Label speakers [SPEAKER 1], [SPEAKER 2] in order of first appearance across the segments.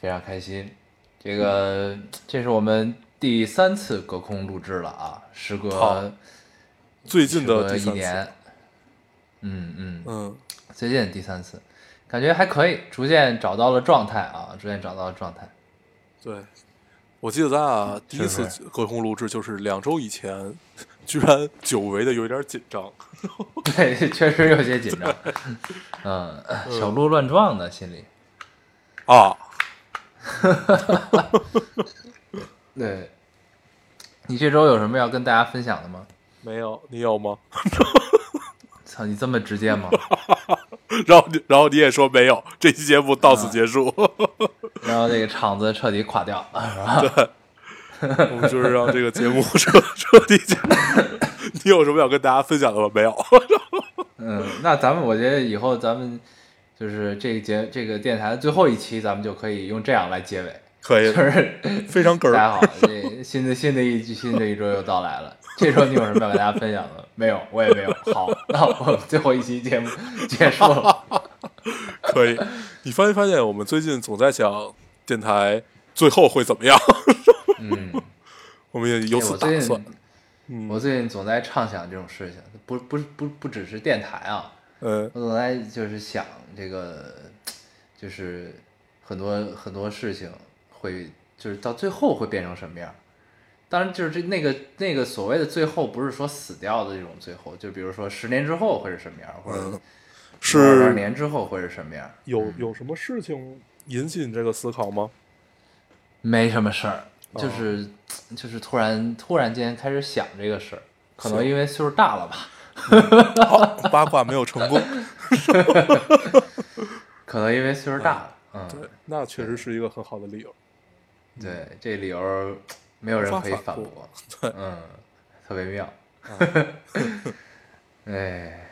[SPEAKER 1] 非常开心。这个这是我们第三次隔空录制了啊，时
[SPEAKER 2] 好
[SPEAKER 1] 隔
[SPEAKER 2] 嗯最
[SPEAKER 1] 时
[SPEAKER 2] 近的
[SPEAKER 1] 隔
[SPEAKER 2] 第
[SPEAKER 1] 一
[SPEAKER 2] 三
[SPEAKER 1] 年
[SPEAKER 2] 次，，
[SPEAKER 1] 嗯嗯，
[SPEAKER 2] 嗯，
[SPEAKER 1] 最近第三次，感觉还可以，逐渐找到了状态啊，逐渐找到了状态。
[SPEAKER 2] 对，我记得咱俩第一次
[SPEAKER 1] 嗯是
[SPEAKER 2] 隔空录制就是两周以前， 居然久违的有一点紧张。
[SPEAKER 1] 对，确实有些紧张，嗯，小鹿乱撞的心里。
[SPEAKER 2] 啊，
[SPEAKER 1] 对，你这周有什么要跟大家分享的吗？
[SPEAKER 2] 没有，你有吗？
[SPEAKER 1] 操，你这么直接吗？
[SPEAKER 2] 然后你，然后你也说没有，这期节目到
[SPEAKER 1] 嗯
[SPEAKER 2] 此结束。
[SPEAKER 1] 然后这个场子彻底垮掉了。
[SPEAKER 2] 我们就是让这个节目 彻彻底结束。 你有什么想跟大家分享的吗？没有。
[SPEAKER 1] 嗯，那咱们我觉得以后咱们就是这个节这个电台的最后一期，咱们就可以用这样来结尾，
[SPEAKER 2] 可以
[SPEAKER 1] 就，是
[SPEAKER 2] 非常哏
[SPEAKER 1] 大家
[SPEAKER 2] 儿。
[SPEAKER 1] 好，这新的新的一新的一周又到来了。这周你有什么要跟大家分享的？没有，我也没有。好，那我们最后一期节目结束了。
[SPEAKER 2] 可以，你发没发现我们最近总在想电台最后会怎么样？
[SPEAKER 1] 嗯，
[SPEAKER 2] 我们也有
[SPEAKER 1] 哎我
[SPEAKER 2] 此打
[SPEAKER 1] 最
[SPEAKER 2] 算
[SPEAKER 1] 近。我最近总在畅想这种事情，不不不不只是电台啊，
[SPEAKER 2] 嗯，
[SPEAKER 1] 我总在就是想这个，就是很多很多事情会就是到最后会变成什么样。当然，就是这那个那个所谓的最后，不是说死掉的这种最后，就比如说十年之后会是什么样，或
[SPEAKER 2] 嗯
[SPEAKER 1] 者多少
[SPEAKER 2] 是
[SPEAKER 1] 年之后会是什么样？
[SPEAKER 2] 有有什么事情引起你这个思考吗？
[SPEAKER 1] 没什么事儿，就是、就是突然突然间开始想这个事儿，可能
[SPEAKER 2] 行
[SPEAKER 1] 因为岁数大了吧，
[SPEAKER 2] 好，八卦没有成功，
[SPEAKER 1] 可能因为岁数大了，嗯，
[SPEAKER 2] 对，那确实是一个很好的理由。
[SPEAKER 1] 对这理由没有人可以
[SPEAKER 2] 无法
[SPEAKER 1] 反
[SPEAKER 2] 反
[SPEAKER 1] 驳，嗯，特别妙，嗯哎，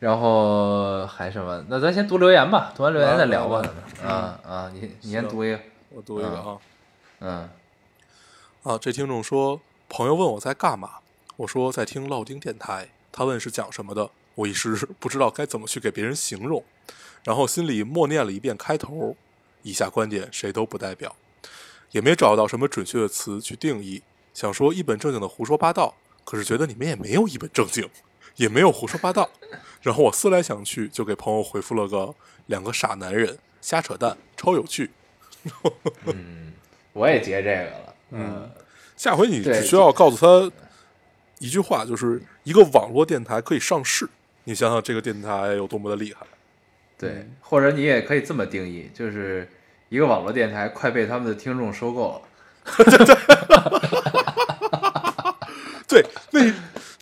[SPEAKER 1] 然后还什么？那咱先读留言吧，读完留言再聊吧，
[SPEAKER 2] 啊
[SPEAKER 1] 咱们啊啊，你你先
[SPEAKER 2] 行
[SPEAKER 1] 读一个，
[SPEAKER 2] 我读一个啊
[SPEAKER 1] 嗯，
[SPEAKER 2] 啊，这听众说，朋友问我在干嘛，我说在听烙丁电台，他问是讲什么的，我一时不知道该怎么去给别人形容，然后心里默念了一遍开头，以下观点谁都不代表，也没找到什么准确的词去定义，想说一本正经的胡说八道，可是觉得你们也没有一本正经，也没有胡说八道。然后我思来想去，就给朋友回复了个两个傻男人瞎扯淡，超有趣。
[SPEAKER 1] 我也截这个了，嗯，
[SPEAKER 2] 下回你
[SPEAKER 1] 对
[SPEAKER 2] 只需要告诉他一句话，就是一个网络电台可以上市。你想想这个电台有多么的厉害，
[SPEAKER 1] 对，或者你也可以这么定义，就是一个网络电台快被他们的听众收购了。
[SPEAKER 2] 对，那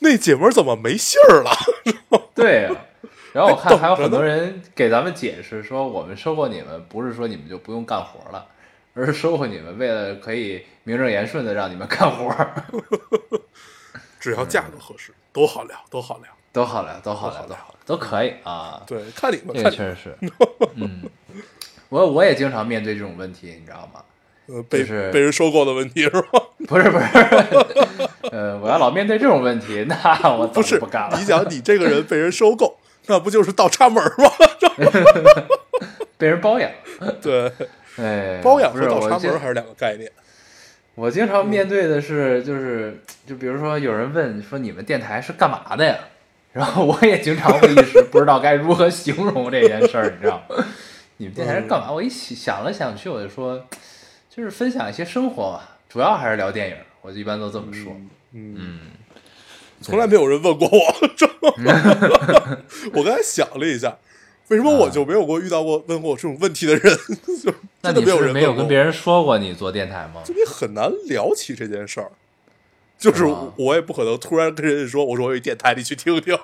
[SPEAKER 2] 那姐们儿怎么没信儿了？
[SPEAKER 1] 对呀、然后我看还有很
[SPEAKER 2] 等着呢
[SPEAKER 1] 多人给咱们解释说，我们收购你们不是说你们就不用干活了，而是收购你们为了可以名正言顺的让你们干活，
[SPEAKER 2] 只要价格合适，
[SPEAKER 1] 嗯
[SPEAKER 2] 都好聊，都好聊。
[SPEAKER 1] 都好了，都好了，都好了，都可以啊。
[SPEAKER 2] 对，看你们，
[SPEAKER 1] 这个
[SPEAKER 2] 看你
[SPEAKER 1] 确实是，嗯，我我也经常面对这种问题，你知道吗？
[SPEAKER 2] 们呃被
[SPEAKER 1] 就是
[SPEAKER 2] 被人收购的问题是吧？
[SPEAKER 1] 不是不是，呃，我要老面对这种问题，那我早
[SPEAKER 2] 不
[SPEAKER 1] 就是不干了，
[SPEAKER 2] 你想你这个人被人收购，那不就是倒插门儿吗？
[SPEAKER 1] 被人包养，
[SPEAKER 2] 对，
[SPEAKER 1] 哎，
[SPEAKER 2] 包养
[SPEAKER 1] 不
[SPEAKER 2] 和
[SPEAKER 1] 是
[SPEAKER 2] 倒
[SPEAKER 1] 我
[SPEAKER 2] 插
[SPEAKER 1] 经
[SPEAKER 2] 门儿还是两个概念。
[SPEAKER 1] 我经常面对的是，就是就比如说有人问说你们电台是干嘛的呀？ 然后我也经常会一时不知道该如何形容这件事儿，你知道吗？你们电台是干嘛？
[SPEAKER 2] 嗯
[SPEAKER 1] 我一想想了想去，我就说，就是分享一些生活嘛，主要还是聊电影，我一般都这么说。
[SPEAKER 2] 嗯，从来没有人问过我。 这 我刚才想了一下，为什么我就没有过遇到过问过我这种问题的人？ 就
[SPEAKER 1] 那
[SPEAKER 2] 真
[SPEAKER 1] 你
[SPEAKER 2] 的
[SPEAKER 1] 是
[SPEAKER 2] 有
[SPEAKER 1] 不是
[SPEAKER 2] 人
[SPEAKER 1] 没有
[SPEAKER 2] 问
[SPEAKER 1] 跟
[SPEAKER 2] 过
[SPEAKER 1] 别
[SPEAKER 2] 我，
[SPEAKER 1] 人说过你做电台 吗？
[SPEAKER 2] 就你很难聊起这件事儿。就是
[SPEAKER 1] 是吗
[SPEAKER 2] 我也不可能突然跟人家说，我说我有一电台，你去听 听，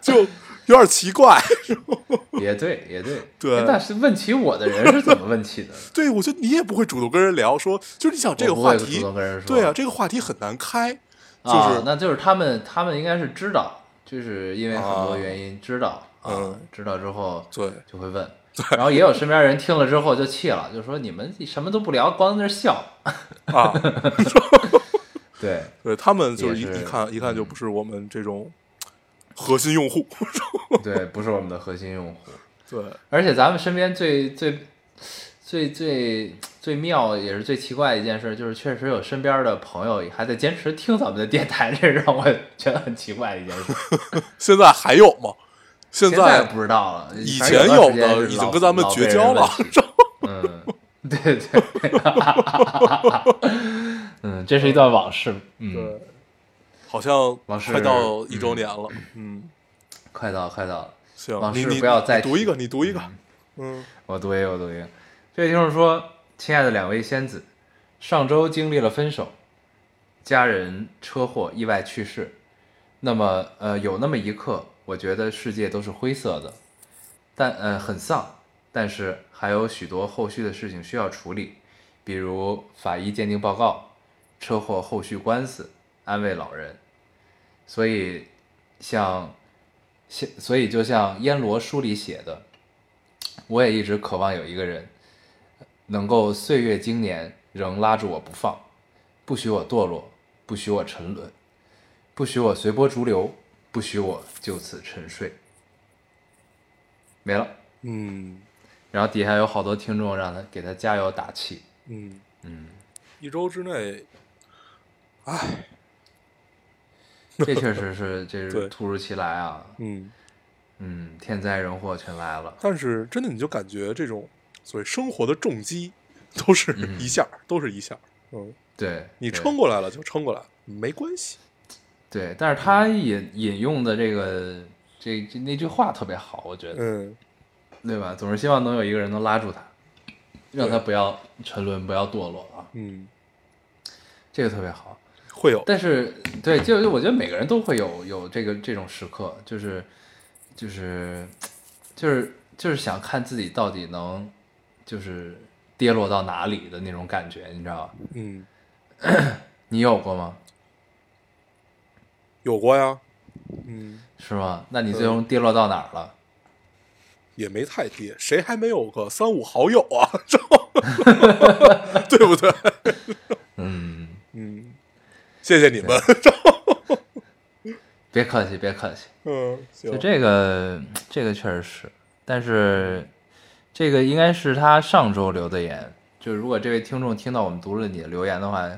[SPEAKER 2] 就有点奇怪。
[SPEAKER 1] 也对，也对，
[SPEAKER 2] 对
[SPEAKER 1] 哎但是问起我的人是怎么问起的？
[SPEAKER 2] 对，我觉得你也不会主动跟人聊，说就是你想 这个
[SPEAKER 1] 我不
[SPEAKER 2] 话
[SPEAKER 1] 会主
[SPEAKER 2] 题，
[SPEAKER 1] 动跟人说，
[SPEAKER 2] 对啊，，这个话题很难开，就是、
[SPEAKER 1] 啊，那就是他们，他们应该是知道，就是因为很多原因知道，啊
[SPEAKER 2] 嗯
[SPEAKER 1] 知道之后
[SPEAKER 2] 对
[SPEAKER 1] 就会问，然后也有身边人听了之后就气了，就说你们什么都不聊，光在那儿笑，
[SPEAKER 2] 啊，
[SPEAKER 1] 对，
[SPEAKER 2] 对他们就是一
[SPEAKER 1] 也是嗯
[SPEAKER 2] 一看一看就不是我们这种核心用户，
[SPEAKER 1] 对，不是我们的核心用户，
[SPEAKER 2] 对，
[SPEAKER 1] 而且咱们身边最最最最最妙也是最奇怪的一件事，就是确实有身边的朋友还在坚持听咱们的电台，这让我觉得很奇怪的一件 事。
[SPEAKER 2] 现在还有吗？现
[SPEAKER 1] 现在不知道了，
[SPEAKER 2] 以
[SPEAKER 1] 反正
[SPEAKER 2] 前
[SPEAKER 1] 有段
[SPEAKER 2] 有
[SPEAKER 1] 时间
[SPEAKER 2] 的
[SPEAKER 1] 是
[SPEAKER 2] 已
[SPEAKER 1] 老
[SPEAKER 2] 经跟咱们绝交了，
[SPEAKER 1] 老被人问起嗯， 对对， 嗯，这是一段往事，嗯，
[SPEAKER 2] 对，好像
[SPEAKER 1] 往事
[SPEAKER 2] 快到一周年了，嗯，
[SPEAKER 1] 快到快到了，
[SPEAKER 2] 行，
[SPEAKER 1] 往
[SPEAKER 2] 你
[SPEAKER 1] 事
[SPEAKER 2] 你
[SPEAKER 1] 不要
[SPEAKER 2] 你
[SPEAKER 1] 再
[SPEAKER 2] 读
[SPEAKER 1] 提
[SPEAKER 2] 一个，你读一个，嗯，
[SPEAKER 1] 我读一个，我读一个。这位听众说：“亲爱的两位仙子，上周经历了分手，家人车祸意外去世，那么呃，有那么一刻，我觉得世界都是灰色的，但呃很丧，但是还有许多后续的事情需要处理，比如法医鉴定报告、车祸后续官司、安慰老人，所以像。”像所以，就像燕罗书里写的，我也一直渴望有一个人，能够岁月经年仍拉住我不放，不许我堕落，不许我沉沦，不许我随波逐流，不许我就此沉睡。没了。
[SPEAKER 2] 嗯
[SPEAKER 1] 然后底下有好多听众让他给他加油打气。
[SPEAKER 2] 嗯嗯，一周之内，哎，
[SPEAKER 1] 这确实 是，这
[SPEAKER 2] 对
[SPEAKER 1] 是突如其来啊！
[SPEAKER 2] 嗯，
[SPEAKER 1] 嗯，天灾人祸全来了。
[SPEAKER 2] 但是真的你就感觉这种所谓生活的重击，都是一下儿，都是一下儿，嗯，
[SPEAKER 1] 对
[SPEAKER 2] 你
[SPEAKER 1] 嗯对
[SPEAKER 2] 撑过来了就撑过来，没关系，
[SPEAKER 1] 对，但是他引引用的这个这这那句话特别好，我觉得。
[SPEAKER 2] 嗯，
[SPEAKER 1] 对吧？总是希望能有一个人能拉住他，让他不要沉沦，不要堕落啊，
[SPEAKER 2] 嗯，
[SPEAKER 1] 这个特别好。
[SPEAKER 2] 会有，
[SPEAKER 1] 但是，对，就就我觉得每个人都会有有这个这种时刻，就是就是就是就是想看自己到底能就是跌落到哪里的那种感觉，你知道吧？
[SPEAKER 2] 嗯，
[SPEAKER 1] 你有过吗？
[SPEAKER 2] 有过呀，嗯，
[SPEAKER 1] 是吗？那你最终跌落到哪儿了？
[SPEAKER 2] 也没太低，谁还没有个三五好友啊？ 这 对不对？
[SPEAKER 1] 嗯，
[SPEAKER 2] 嗯，谢谢你们。
[SPEAKER 1] 别客气，别客气。
[SPEAKER 2] 嗯，行
[SPEAKER 1] 就，这个，这个确实是，但是这个应该是他上周留的言。就如果这位听众听到我们读了你的留言的话，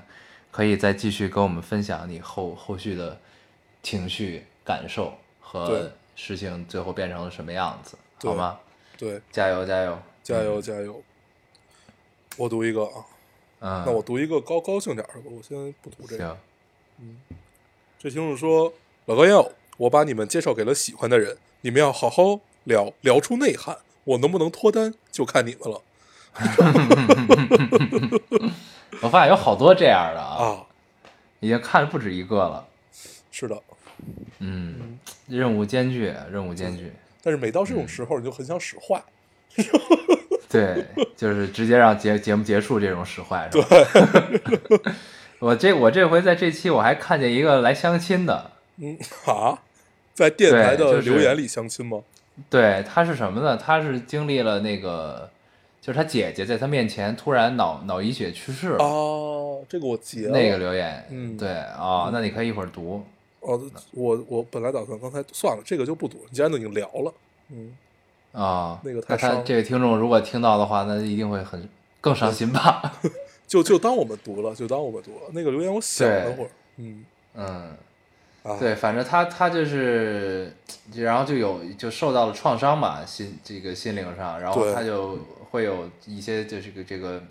[SPEAKER 1] 可以再继续跟我们分享你后后续的情绪感受和
[SPEAKER 2] 对
[SPEAKER 1] 事情最后变成了什么样子，
[SPEAKER 2] 对
[SPEAKER 1] 好吗？
[SPEAKER 2] 对，
[SPEAKER 1] 加油，加油！
[SPEAKER 2] 加油加油！我读一个啊，
[SPEAKER 1] 嗯，
[SPEAKER 2] 那我读一个高高兴点儿的吧，我先不读这个。
[SPEAKER 1] 行，
[SPEAKER 2] 这听众说：“老高要，我把你们介绍给了喜欢的人，你们要好好聊聊出内涵。我能不能脱单就看你们了
[SPEAKER 1] 我发现有好多这样的啊，
[SPEAKER 2] 啊！”
[SPEAKER 1] 已经看了不止一个了。
[SPEAKER 2] 是的，
[SPEAKER 1] 嗯，任务艰巨，啊任务艰巨。
[SPEAKER 2] 但是每到这
[SPEAKER 1] 嗯
[SPEAKER 2] 种时候，你就很想使坏。
[SPEAKER 1] 对，就是直接让节节目结束这种使坏。是吧？ 我这我这回在这期我还看见一个来相亲的，
[SPEAKER 2] 嗯啊，在电台
[SPEAKER 1] 对
[SPEAKER 2] 的
[SPEAKER 1] 就是
[SPEAKER 2] 留言里相亲吗？
[SPEAKER 1] 对，他是什么呢？他是经历了那个，就是他姐姐在他面前突然脑脑溢血去世了。
[SPEAKER 2] 哦，这个我截了。
[SPEAKER 1] 那个留言，
[SPEAKER 2] 嗯
[SPEAKER 1] 对啊、哦，那你可以一会儿读，
[SPEAKER 2] 哦，我我本来打算刚才算了，这个就不读了，你既然都已经聊了，嗯，
[SPEAKER 1] 啊、
[SPEAKER 2] 那个太
[SPEAKER 1] 那
[SPEAKER 2] 伤
[SPEAKER 1] 他
[SPEAKER 2] 了
[SPEAKER 1] 这位听众如果听到的话，那一定会很更伤心吧？
[SPEAKER 2] 就就当我们读了，就当我们读了。那个留言我想了会儿，嗯
[SPEAKER 1] 嗯，
[SPEAKER 2] 啊，
[SPEAKER 1] 对，反正他他就是，就然后就有就受到了创伤嘛，心这个心灵上，然后
[SPEAKER 2] 对
[SPEAKER 1] 他就会有一些就是个这个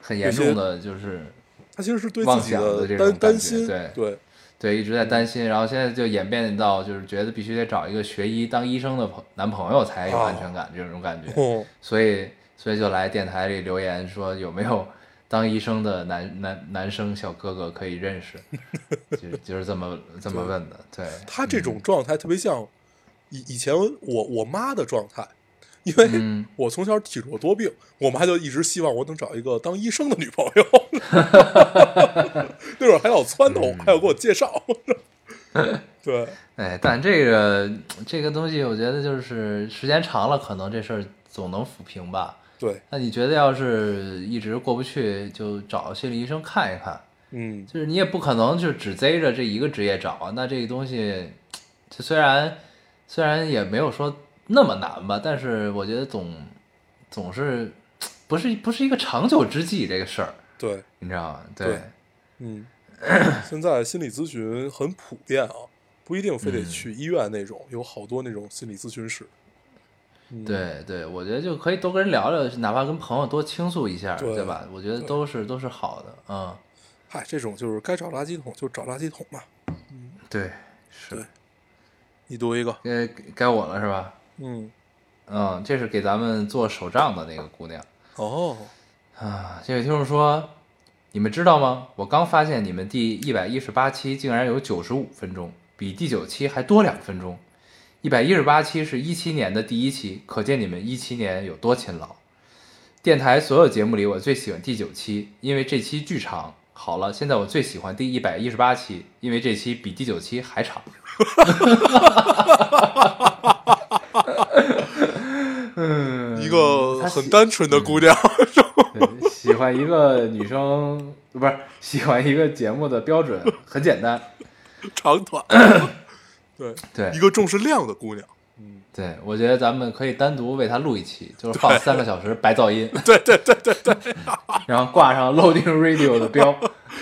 [SPEAKER 1] 很
[SPEAKER 2] 有
[SPEAKER 1] 严
[SPEAKER 2] 些
[SPEAKER 1] 重的，就是
[SPEAKER 2] 他其实是对
[SPEAKER 1] 妄
[SPEAKER 2] 自己
[SPEAKER 1] 想的这种
[SPEAKER 2] 担
[SPEAKER 1] 感
[SPEAKER 2] 担
[SPEAKER 1] 觉
[SPEAKER 2] 心，
[SPEAKER 1] 对
[SPEAKER 2] 对
[SPEAKER 1] 对一直在担心，然后现在就演变到就是觉得必须得找一个学医当医生的朋男朋友才有
[SPEAKER 2] 哦
[SPEAKER 1] 安全感、这种感觉，
[SPEAKER 2] 哦，
[SPEAKER 1] 所以所以就来电台里留言说有没有当医生的男男男生小哥哥可以认 识，就是就是这么这么问的，对，
[SPEAKER 2] 他这种状态特别像以以前我我妈的状态，因为
[SPEAKER 1] 嗯
[SPEAKER 2] 我从小体弱多病，我妈就一直希望我能找一个当医生的女朋友。 那会儿还老撺掇
[SPEAKER 1] 嗯
[SPEAKER 2] 我，还要给我介绍。 对，
[SPEAKER 1] 哎，但这个这个东西，我觉得就是时间长了，可能这事儿总能抚平吧。
[SPEAKER 2] 对，
[SPEAKER 1] 那你觉得要是一直过不去，就找心理医生看一看。
[SPEAKER 2] 嗯，
[SPEAKER 1] 就是你也不可能就只贼着这一个职业找，那这个东西，就虽然虽然也没有说那么难吧，但是我觉得总总是不是不是一个长久之计这个事儿，
[SPEAKER 2] 对，
[SPEAKER 1] 你知道吗？
[SPEAKER 2] 对嗯，现在心理咨询很普遍啊，不一定非得去医院那种，有好多那种心理咨询室。嗯
[SPEAKER 1] 对对，我觉得就可以多跟人聊聊，哪怕跟朋友多倾诉一下，
[SPEAKER 2] 对
[SPEAKER 1] 对吧？我觉得
[SPEAKER 2] 对
[SPEAKER 1] 都是都是好的，嗯，
[SPEAKER 2] 嗨，这种就是该找垃圾桶就找垃圾桶嘛，
[SPEAKER 1] 对，是
[SPEAKER 2] 对，你读一个，
[SPEAKER 1] 该该我了是吧？
[SPEAKER 2] 嗯，
[SPEAKER 1] 嗯，这是给咱们做手账的那个姑娘。
[SPEAKER 2] 哦，
[SPEAKER 1] 啊，这位听众说，你们知道吗？我刚发现你们第一百一十八期竟然有九十五分钟，比第九期还多两分钟。一百一十八期是一七年的第一期，可见你们一七年有多勤劳。电台所有节目里，我最喜欢第九期，因为这期巨长。好了，现在我最喜欢第一百一十八期，因为这期比第九期还长。 嗯，
[SPEAKER 2] 一个
[SPEAKER 1] 他
[SPEAKER 2] 很
[SPEAKER 1] 写
[SPEAKER 2] 单纯的姑娘，
[SPEAKER 1] 对，喜欢一个女生，不是喜欢一个节目的标准很简单，
[SPEAKER 2] 长短，对，
[SPEAKER 1] 嗯对
[SPEAKER 2] 一个重视量的姑娘，
[SPEAKER 1] 对，我觉得咱们可以单独为他录一期，就是放三个小时白噪 音，
[SPEAKER 2] 对对对对对，
[SPEAKER 1] 然后挂上 Loading Radio 的 标，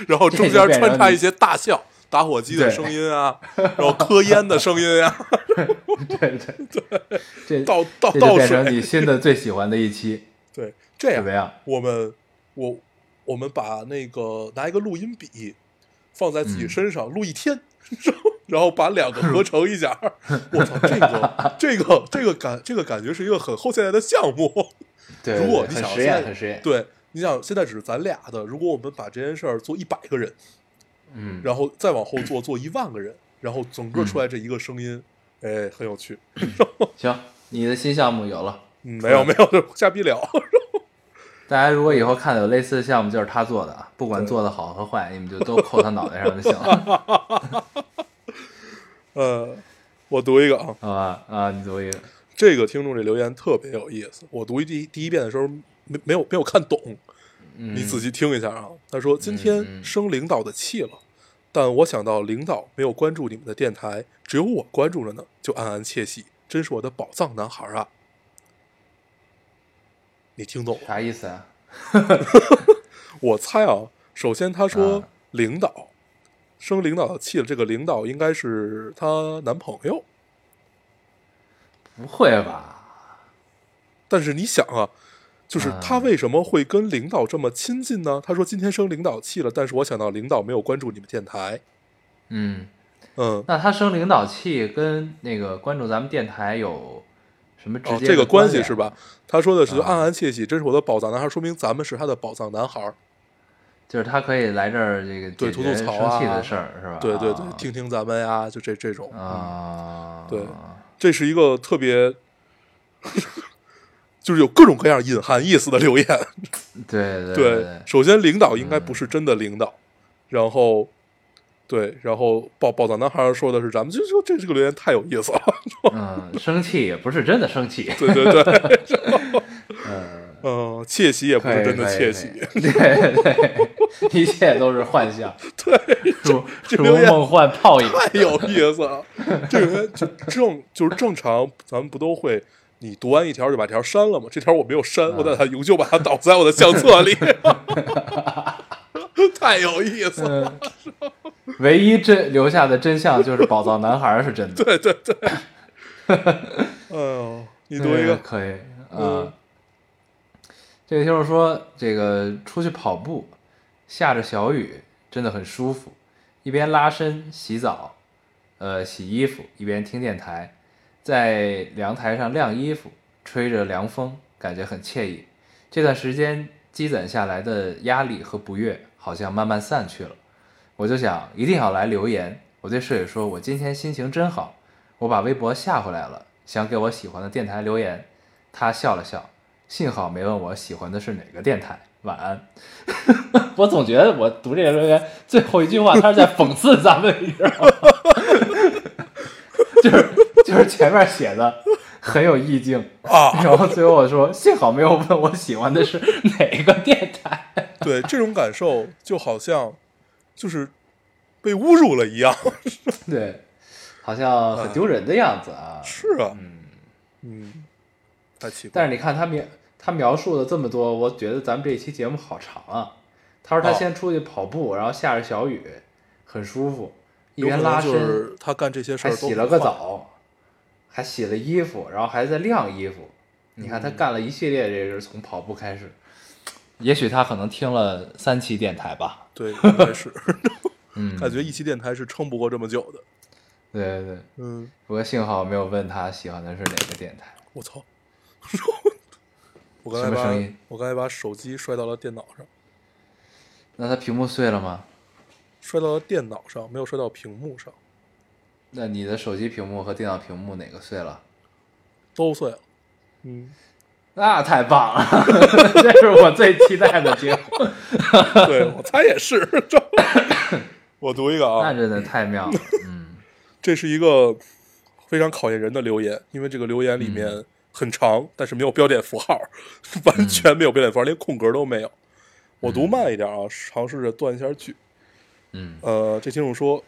[SPEAKER 2] 然后中间穿插一些大笑、打火机的
[SPEAKER 1] 对
[SPEAKER 2] 声音啊，然后磕烟的声 音啊，
[SPEAKER 1] 对对对，这
[SPEAKER 2] 倒倒
[SPEAKER 1] 这就
[SPEAKER 2] 倒
[SPEAKER 1] 变成
[SPEAKER 2] 水，
[SPEAKER 1] 你新的最喜欢的一期，
[SPEAKER 2] 对，这
[SPEAKER 1] 怎
[SPEAKER 2] 样
[SPEAKER 1] 么样？
[SPEAKER 2] 我们我我们把那个拿一个录音笔放在自己身上、录一天，然后然后把两个合成一下。我操，这个这个这个感这个感觉是一个很后现代的项目。
[SPEAKER 1] 对，
[SPEAKER 2] 如果你
[SPEAKER 1] 很
[SPEAKER 2] 想
[SPEAKER 1] 实验，很实验，
[SPEAKER 2] 对，你想现在只是咱俩的，如果我们把这件事儿做一百个人，
[SPEAKER 1] 嗯，
[SPEAKER 2] 然后再往后做做一万个人，然后整个出来这一个声音，哎，很有趣。
[SPEAKER 1] 行，你的新项目有了。
[SPEAKER 2] 嗯，没有没有， 就瞎逼聊。
[SPEAKER 1] 大家如果以后看到有类似的项目，就是他做的啊，不管
[SPEAKER 2] 对
[SPEAKER 1] 做的好和坏，你们就都扣他脑袋上就行 了，
[SPEAKER 2] 呃，我读一个啊，
[SPEAKER 1] 好吧？啊，你读一个，
[SPEAKER 2] 这个听众这留言特别有意思，我读一第一第一遍的时候没没有没有看懂，
[SPEAKER 1] 嗯
[SPEAKER 2] 你仔细听一下啊。他说今
[SPEAKER 1] 嗯
[SPEAKER 2] 天
[SPEAKER 1] 嗯
[SPEAKER 2] 生领导的气了，但我想到领导没有关注你们的电台，只有我关注了呢，就暗暗窃喜，真是我的宝藏男孩啊！你听懂了？
[SPEAKER 1] 啥意思啊？
[SPEAKER 2] 我猜啊，首先他说
[SPEAKER 1] 啊
[SPEAKER 2] 领导生领导的气了，这个领导应该是她男朋友。
[SPEAKER 1] 不会吧？
[SPEAKER 2] 但是你想啊，就是他
[SPEAKER 1] 啊
[SPEAKER 2] 为什么会跟领导这么亲近呢？他说今天生领导气了，但是我想到领导没有关注你们电台，
[SPEAKER 1] 嗯，
[SPEAKER 2] 嗯，
[SPEAKER 1] 那他生领导气跟那个关注咱们电台有什么直接、
[SPEAKER 2] 哦，这个关系是？吧？他说的是就
[SPEAKER 1] 啊
[SPEAKER 2] 暗暗窃喜，真是我的宝藏男孩，说明咱们是他的宝藏男孩。
[SPEAKER 1] 就是他可以来这儿这个
[SPEAKER 2] 对
[SPEAKER 1] 解
[SPEAKER 2] 吐
[SPEAKER 1] 决
[SPEAKER 2] 吐
[SPEAKER 1] 生
[SPEAKER 2] 槽啊
[SPEAKER 1] 气的事儿是吧？
[SPEAKER 2] 对对对
[SPEAKER 1] 啊，
[SPEAKER 2] 听听咱们呀，就这这种，
[SPEAKER 1] 啊，
[SPEAKER 2] 对这是一个特别， 就是有各种各样隐含意思的留言。
[SPEAKER 1] 对对嗯
[SPEAKER 2] 对，首先领导应该不是真的领导，然后。对，然后宝宝藏男孩说的是咱们就就这这个留言太有意思了，
[SPEAKER 1] 嗯，生气也不是真的生气，
[SPEAKER 2] 对对对，
[SPEAKER 1] 嗯，哎
[SPEAKER 2] 嗯，窃喜 也不是真的
[SPEAKER 1] 可以
[SPEAKER 2] 窃喜，，
[SPEAKER 1] 可以 对对，一 切都是幻 象，对，如
[SPEAKER 2] 这
[SPEAKER 1] 如
[SPEAKER 2] 留言
[SPEAKER 1] 梦幻泡 影，
[SPEAKER 2] 太有意思了。这个人就正就是正常，咱们不都会，你读完一条就把条删了吗？这条我没有删，我把它永久把它倒在我的相册里，太有意思了。
[SPEAKER 1] 嗯，唯一真留下的真相就是宝藏男孩儿是真的，
[SPEAKER 2] 对对对，哎呦，你读一
[SPEAKER 1] 对
[SPEAKER 2] 个，
[SPEAKER 1] 可以啊、
[SPEAKER 2] 嗯
[SPEAKER 1] 这个听众说，这个出去跑步，下着小雨，真的很舒服，一边拉伸、洗澡，呃，洗衣服，一边听电台，在凉台上晾衣服，吹着凉风，感觉很惬意。这段时间积攒下来的压力和不悦，好像慢慢散去了。我就想一定要来留言。我对舍友说，我今天心情真好，我把微博下回来了，想给我喜欢的电台留言。他笑了笑，幸好没问我喜欢的是哪个电台。晚安。 我总觉得我读这个留言最后一句话，他是在讽刺咱们，你知道吗？ 就是就是前面写的很有意境，
[SPEAKER 2] 啊，
[SPEAKER 1] 然后最后我说幸好没有问我喜欢的是哪个电台。
[SPEAKER 2] 对，这种感受就好像就是被侮辱了一样。
[SPEAKER 1] 对，好像很丢人的样子啊。
[SPEAKER 2] 是啊，嗯嗯，太奇怪
[SPEAKER 1] 但
[SPEAKER 2] 了。
[SPEAKER 1] 是你看他描他描述了这么多，我觉得咱们这一期节目好长啊。他说他
[SPEAKER 2] 哦
[SPEAKER 1] 先出去跑步，然后下着小雨，很舒服，一
[SPEAKER 2] 有可
[SPEAKER 1] 边
[SPEAKER 2] 能
[SPEAKER 1] 拉
[SPEAKER 2] 就
[SPEAKER 1] 伸、
[SPEAKER 2] 是他干这些事
[SPEAKER 1] 还
[SPEAKER 2] 儿都
[SPEAKER 1] 洗了个澡，还洗了衣服，然后还在晾衣服。你看他干了一系列，这是从跑步开始。也许他可能听了三期电台吧。
[SPEAKER 2] 很快，对，应该 是
[SPEAKER 1] 嗯，
[SPEAKER 2] 感觉一期电台是撑不过这么久的。
[SPEAKER 1] 对对对。
[SPEAKER 2] 嗯，
[SPEAKER 1] 不过幸好没有问他喜欢的是哪个电台。
[SPEAKER 2] 我操！我刚才
[SPEAKER 1] 什么声
[SPEAKER 2] 把
[SPEAKER 1] 音
[SPEAKER 2] 我刚才把手机摔到了电脑上，
[SPEAKER 1] 那他屏幕碎了吗？
[SPEAKER 2] 摔到了电脑上，没有摔到屏幕上，
[SPEAKER 1] 那你的手机屏幕和电脑屏幕哪个碎了？
[SPEAKER 2] 都碎了。嗯，
[SPEAKER 1] 那太棒了， 这是我最期待的节目。
[SPEAKER 2] 对我猜也是。我读一个 啊，
[SPEAKER 1] 那真的太妙了，嗯，
[SPEAKER 2] 这是一个非常考验人的留言，因为这个留言里面很长，但是没有标点符号，完全没有标点符号，连空格都没有。我读慢一点啊，尝试着断一下句。
[SPEAKER 1] 嗯，
[SPEAKER 2] 呃，这听众说，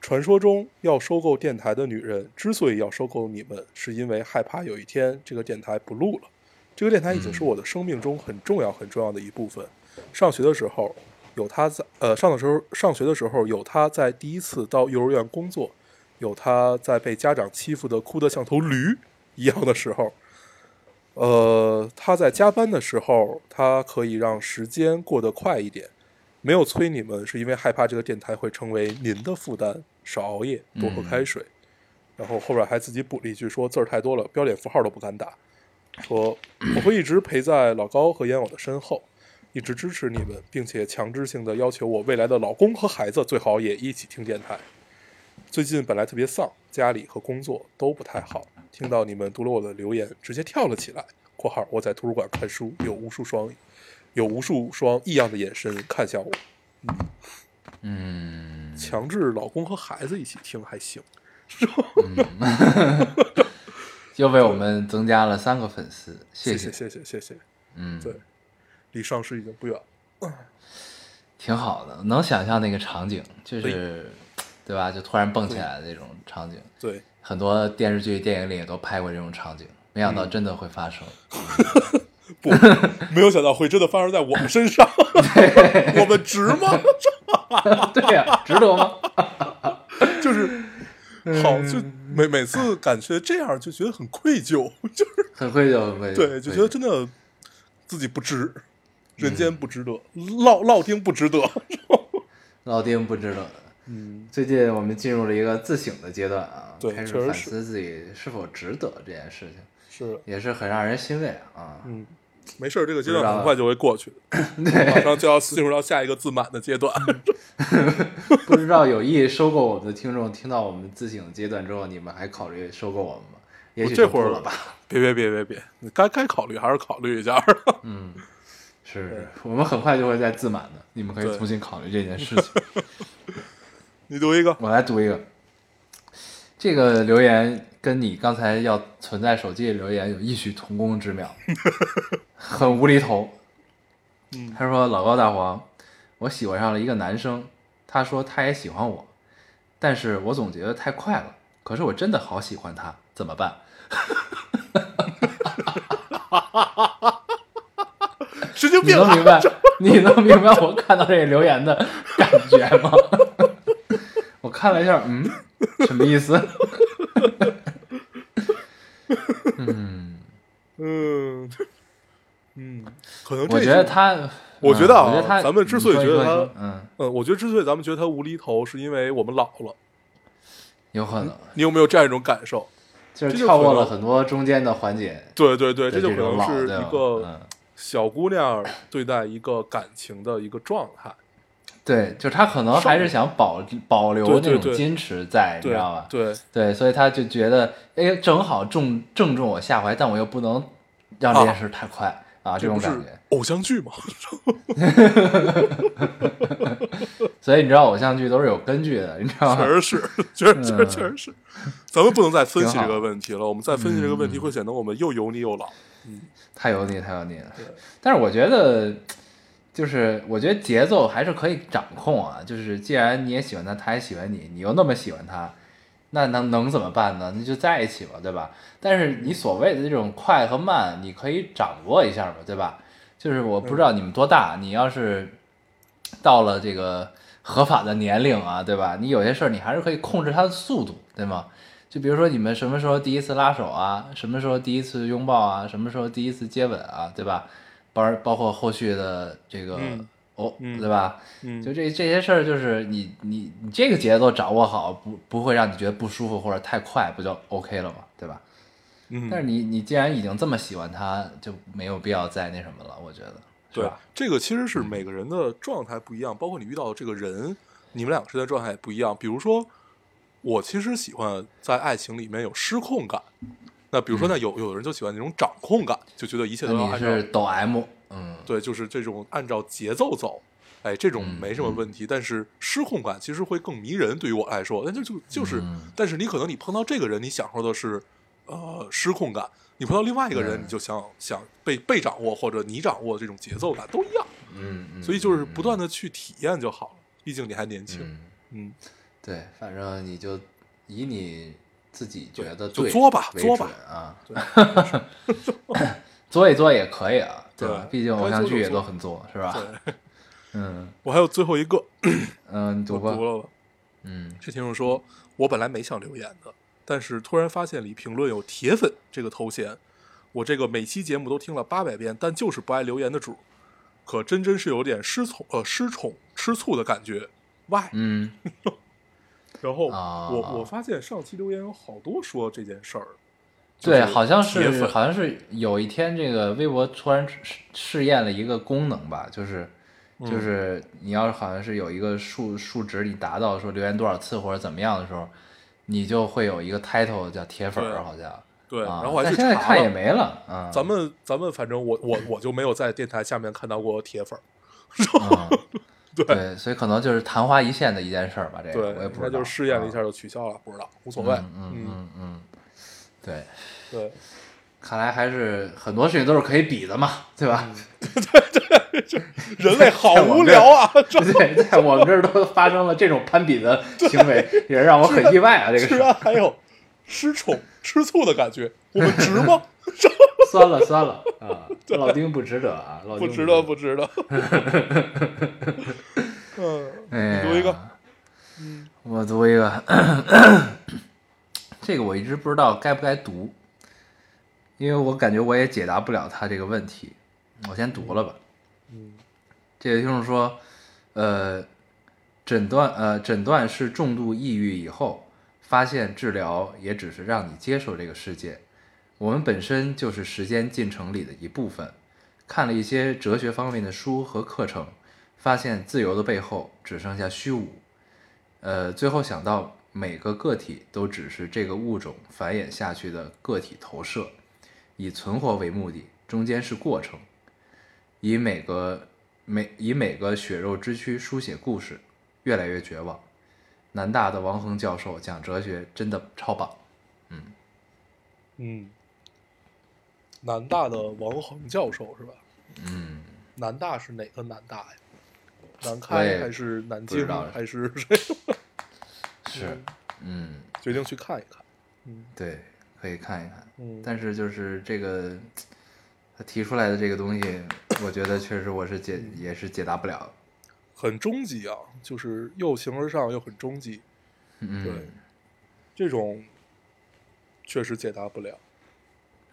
[SPEAKER 2] 传说中要收购电台的女人之所以要收购你们，是因为害怕有一天这个电台不录了。这个电台已经是我的生命中很重要、很重要的一部分。上学的时候有他在，呃，上的时候上学的时候有他在第一次到幼儿园工作，有他在被家长欺负的哭得像头驴一样的时候，呃，他在加班的时候，他可以让时间过得快一点。没有催你们，是因为害怕这个电台会成为您的负担，少熬夜，多喝开水。然后后边还自己补了一句说字儿太多了，标点符号都不敢打。说我会一直陪在老高和烟偶的身后，一直支持你们，并且强制性的要求我未来的老公和孩子最好也一起听电台。最近本来特别丧，家里和工作都不太好，听到你们读了我的留言，直接跳了起来。（括号我在图书馆看书，有无数双，有无数双异样的眼神看向我。
[SPEAKER 1] 嗯，
[SPEAKER 2] 强制老公和孩子一起听还行，
[SPEAKER 1] 又为我们增加了三个粉丝，谢
[SPEAKER 2] 谢谢谢谢谢，
[SPEAKER 1] 嗯，
[SPEAKER 2] 对，离上市已经不远了。
[SPEAKER 1] 挺好的，能想象那个场景，就是，对吧？就突然蹦起来的那种场景，
[SPEAKER 2] 对，
[SPEAKER 1] 很多电视剧、电影里也都拍过这种场景，没想
[SPEAKER 2] 嗯
[SPEAKER 1] 到真的会发生。
[SPEAKER 2] 不，没有想到会真的发生在我们身 上，我们值吗？
[SPEAKER 1] 对呀、值得吗？
[SPEAKER 2] 就是
[SPEAKER 1] 嗯
[SPEAKER 2] 好，就每每次感觉这样就觉得很愧疚，就是
[SPEAKER 1] 很愧疚，很愧疚，
[SPEAKER 2] 对，就觉得真的自己不值，人
[SPEAKER 1] 嗯
[SPEAKER 2] 间不值得，烙烙丁不值得。
[SPEAKER 1] 老丁不值得。
[SPEAKER 2] 嗯，
[SPEAKER 1] 最近我们进入了一个自省的阶段啊，
[SPEAKER 2] 对
[SPEAKER 1] 开始
[SPEAKER 2] 确实
[SPEAKER 1] 反
[SPEAKER 2] 是
[SPEAKER 1] 思自己是否值得这件事情，
[SPEAKER 2] 是，
[SPEAKER 1] 也 是很让人欣慰啊。
[SPEAKER 2] 嗯，没事儿，这个阶
[SPEAKER 1] 不知
[SPEAKER 2] 段
[SPEAKER 1] 道
[SPEAKER 2] 很快就会过去，马
[SPEAKER 1] 对，嗯
[SPEAKER 2] 上就要进入到下一个自满的阶段。
[SPEAKER 1] 不知道有意收购我们的听众，听到我们自省阶段之后，你们还考虑收购我们吗？也
[SPEAKER 2] 我
[SPEAKER 1] 许
[SPEAKER 2] 这
[SPEAKER 1] 就
[SPEAKER 2] 会
[SPEAKER 1] 不
[SPEAKER 2] 儿
[SPEAKER 1] 了吧。
[SPEAKER 2] 别别别别别，你该该考虑还是考虑一下。
[SPEAKER 1] 嗯，是是，我们很快就会再自满的，你们可以
[SPEAKER 2] 对
[SPEAKER 1] 重新考虑这件事情。
[SPEAKER 2] 你读一个，
[SPEAKER 1] 我来读一个，这个留言跟你刚才要存在手机的留言有异曲同工之妙，很无厘头。
[SPEAKER 2] 嗯
[SPEAKER 1] 他说：“老高大黄，我喜欢上了一个男生，他说他也喜欢我，但是我总觉得太快了。可是我真的好喜欢他，怎么办？
[SPEAKER 2] 神经
[SPEAKER 1] 你
[SPEAKER 2] 病
[SPEAKER 1] 能
[SPEAKER 2] 啊！
[SPEAKER 1] 明白？你能明白我看到这个留言的感觉吗？ 我看了一下，嗯，什么意思？
[SPEAKER 2] 嗯 嗯，可能这
[SPEAKER 1] 我觉得，他，
[SPEAKER 2] 我觉得啊
[SPEAKER 1] 嗯我觉得他，
[SPEAKER 2] 咱们之所以
[SPEAKER 1] 你说
[SPEAKER 2] 觉得
[SPEAKER 1] 你
[SPEAKER 2] 他
[SPEAKER 1] 说你说嗯，
[SPEAKER 2] 嗯，我觉得之所以咱们觉得他无厘头，是因为我们老了。
[SPEAKER 1] 有可能
[SPEAKER 2] 你有没有这样一种感受？
[SPEAKER 1] 就是
[SPEAKER 2] 嗯这就
[SPEAKER 1] 跳
[SPEAKER 2] 可
[SPEAKER 1] 过
[SPEAKER 2] 能
[SPEAKER 1] 了很多中间的环节，
[SPEAKER 2] 对对对，这就
[SPEAKER 1] 就
[SPEAKER 2] 可能是一个
[SPEAKER 1] 嗯，
[SPEAKER 2] 小姑娘对待一个感情的一个状态。
[SPEAKER 1] 对，就他可能还是想保保留
[SPEAKER 2] 对对
[SPEAKER 1] 那种
[SPEAKER 2] 对
[SPEAKER 1] 矜持在，你
[SPEAKER 2] 对
[SPEAKER 1] 知道吧？
[SPEAKER 2] 对
[SPEAKER 1] 对，所以他就觉得，哎，正好正正中我下怀，但我又不能让这件事太快啊，这
[SPEAKER 2] 这
[SPEAKER 1] 种
[SPEAKER 2] 不是
[SPEAKER 1] 感觉。
[SPEAKER 2] 偶像剧 嘛，
[SPEAKER 1] 所以你知道，偶像剧都是有根据的，你知道吗
[SPEAKER 2] 确？实是，确实确实确实是。咱们不能再分
[SPEAKER 1] 嗯
[SPEAKER 2] 析
[SPEAKER 1] 挺好嗯
[SPEAKER 2] 这个问题了，我们再分析这个问题会显得我们又油腻又老。
[SPEAKER 1] 太油腻，太油腻了。但是我觉得，就是我觉得节奏还是可以掌控啊。就是既然你也喜欢他，他也喜欢你，你又那么喜欢他，那能能怎么办呢？那就在一起吧，对吧？但是你所谓的这种快和慢，你可以掌握一下嘛，对吧？就是我不
[SPEAKER 2] 嗯
[SPEAKER 1] 知道你们多大，你要是到了这个合法的年龄啊，对吧？你有些事儿你还是可以控制它的速度，对吗？就比如说你们什么时候第一次拉手啊，什么时候第一次拥抱啊，什么时候第一次接吻啊，对吧？包包括后续的这个、
[SPEAKER 2] 嗯
[SPEAKER 1] 哦，
[SPEAKER 2] 嗯
[SPEAKER 1] 对吧？
[SPEAKER 2] 嗯，
[SPEAKER 1] 就这这些事儿，就是你你你这个节奏掌握好，不不会让你觉得不舒服或者太快，不就 OK 了嘛，对吧？
[SPEAKER 2] 嗯
[SPEAKER 1] 但是你你既然已经这么喜欢他，就没有必要再那什么了，我觉得，是
[SPEAKER 2] 对啊
[SPEAKER 1] 吧？，嗯
[SPEAKER 2] 这个其实是每个人的状态不一样，包括你遇到的这个人，你们两个之间的状态也不一样。比如说，我其实喜欢在爱情里面有失控感，那比如说，那有有的人就喜欢那种掌控感，就觉得一切
[SPEAKER 1] 嗯那
[SPEAKER 2] 都要
[SPEAKER 1] 你
[SPEAKER 2] 按照
[SPEAKER 1] 是抖 M，嗯，
[SPEAKER 2] 对，就是这种按照节奏走，哎，这种没
[SPEAKER 1] 嗯
[SPEAKER 2] 什么问题。但是失控感其实会更迷人，对于我来说，那就就就是，
[SPEAKER 1] 嗯
[SPEAKER 2] 但是你可能你碰到这个人，你享受的是呃失控感；你碰到另外一个人，你就想想被被掌握或者你掌握这种节奏感都一样。
[SPEAKER 1] 嗯嗯，
[SPEAKER 2] 所以就是不断的去体验就好了，毕竟你还年轻，嗯，
[SPEAKER 1] 对，反正你就以你自己觉得
[SPEAKER 2] 就
[SPEAKER 1] 对
[SPEAKER 2] 作吧
[SPEAKER 1] 为
[SPEAKER 2] 作
[SPEAKER 1] 准
[SPEAKER 2] 吧
[SPEAKER 1] 啊
[SPEAKER 2] 对，
[SPEAKER 1] 作一作也可以啊，吧
[SPEAKER 2] 对？
[SPEAKER 1] 毕竟
[SPEAKER 2] 该
[SPEAKER 1] 偶像
[SPEAKER 2] 作
[SPEAKER 1] 剧
[SPEAKER 2] 就
[SPEAKER 1] 也
[SPEAKER 2] 作
[SPEAKER 1] 都很作，是吧？
[SPEAKER 2] 对
[SPEAKER 1] 嗯
[SPEAKER 2] 我还有最后一个，
[SPEAKER 1] 嗯，你读
[SPEAKER 2] 我
[SPEAKER 1] 吧，
[SPEAKER 2] 读了吧。
[SPEAKER 1] 嗯
[SPEAKER 2] 这听众说，我本来没想留言的，但是突然发现里评论有“铁粉”这个头衔，我这个每期节目都听了八百遍，但就是不爱留言的主，可真真是有点失宠呃失宠吃醋的感觉。why？
[SPEAKER 1] 嗯，
[SPEAKER 2] 然后
[SPEAKER 1] 啊
[SPEAKER 2] 我我发现上期留言有好多说这件事儿，就
[SPEAKER 1] 对，
[SPEAKER 2] 是
[SPEAKER 1] 好像
[SPEAKER 2] 铁
[SPEAKER 1] 是
[SPEAKER 2] 粉
[SPEAKER 1] 好像是有一天，这个微博突然试试验了一个功能吧，就是
[SPEAKER 2] 嗯
[SPEAKER 1] 就是你要是好像是有一个数数值，你达到说留言多少次或者怎么样的时候，你就会有一个 title 叫铁粉
[SPEAKER 2] 对
[SPEAKER 1] 儿，好像
[SPEAKER 2] 对，
[SPEAKER 1] 啊
[SPEAKER 2] 然后我还
[SPEAKER 1] 但
[SPEAKER 2] 去
[SPEAKER 1] 现在
[SPEAKER 2] 查
[SPEAKER 1] 看
[SPEAKER 2] 了
[SPEAKER 1] 也没了，嗯，
[SPEAKER 2] 咱们咱们反正我我我就没有在电台下面看到过铁粉儿，
[SPEAKER 1] 嗯
[SPEAKER 2] 对
[SPEAKER 1] 对，所以可能就是昙花一现的一件事儿吧，这个
[SPEAKER 2] 对，
[SPEAKER 1] 哎我也不
[SPEAKER 2] 那
[SPEAKER 1] 知道，
[SPEAKER 2] 就试验了一
[SPEAKER 1] 啊，
[SPEAKER 2] 下就取消了，不知道，无所谓。
[SPEAKER 1] 嗯嗯嗯嗯，对，
[SPEAKER 2] 对，
[SPEAKER 1] 看来还是很多事情都是可以比的嘛，对吧？
[SPEAKER 2] 嗯人类好
[SPEAKER 1] 在我
[SPEAKER 2] 无
[SPEAKER 1] 这儿
[SPEAKER 2] 聊 啊，这
[SPEAKER 1] 对，在我们这儿都发生了这种攀比的行为，也让我很意外啊！这 个事
[SPEAKER 2] 居
[SPEAKER 1] 儿
[SPEAKER 2] 然还有失宠、吃醋的感觉，我们值 吗？
[SPEAKER 1] 酸了酸了啊！老丁不值得啊，老
[SPEAKER 2] 不
[SPEAKER 1] 丁
[SPEAKER 2] 值
[SPEAKER 1] 得
[SPEAKER 2] 得，不值得。嗯，
[SPEAKER 1] 哎
[SPEAKER 2] 你读一个
[SPEAKER 1] 呀，嗯我读一个， 这个我一直不知道该不该读，因为我感觉我也解答不了他这个问题。我先读了吧。嗯这位听众说，呃，诊断呃诊断是重度抑郁以后，发现治疗也只是让你接受这个世界。我们本身就是时间进程里的一部分。看了一些哲学方面的书和课程，发现自由的背后只剩下虚无。呃，最后想到每个个体都只是这个物种繁衍下去的个体投射，以存活为目的，中间是过程，以每个每以每个血肉之躯书写故事，越来越绝望。南大的王恒教授讲哲学真的超棒，
[SPEAKER 2] 嗯，南大的王恒教授是吧？
[SPEAKER 1] 嗯，
[SPEAKER 2] 南大是哪个南大呀？南
[SPEAKER 1] 我也
[SPEAKER 2] 开还是南
[SPEAKER 1] 不知
[SPEAKER 2] 京
[SPEAKER 1] 道
[SPEAKER 2] 还是
[SPEAKER 1] 是，嗯，
[SPEAKER 2] 决定去看一看。
[SPEAKER 1] 对，可以看一看。
[SPEAKER 2] 嗯，
[SPEAKER 1] 但是就是这个他提出来的这个东西，我觉得确实我是解也是解答不了。
[SPEAKER 2] 很终极啊，就是又形而上又很终极，
[SPEAKER 1] 嗯，
[SPEAKER 2] 对，这种确实解答不了。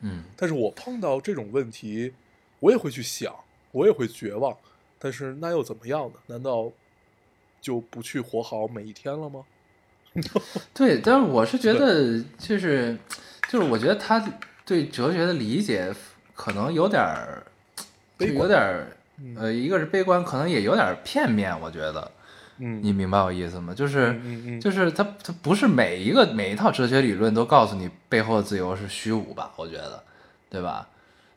[SPEAKER 1] 嗯
[SPEAKER 2] 但是我碰到这种问题，我也会去想，我也会绝望，但是那又怎么样呢？难道就不去活好每一天了吗？
[SPEAKER 1] 对，但是我是觉得就是就是我觉得他对哲学的理解可能有点儿，就
[SPEAKER 2] 悲观嗯
[SPEAKER 1] 有点儿呃，一个是悲观，可能也有点儿片面，我觉得。
[SPEAKER 2] 嗯，
[SPEAKER 1] 你明白我意思吗？就是
[SPEAKER 2] 嗯嗯嗯
[SPEAKER 1] 就是它它不是每一个每一套哲学理论都告诉你背后的自由是虚无吧？我觉得，对吧？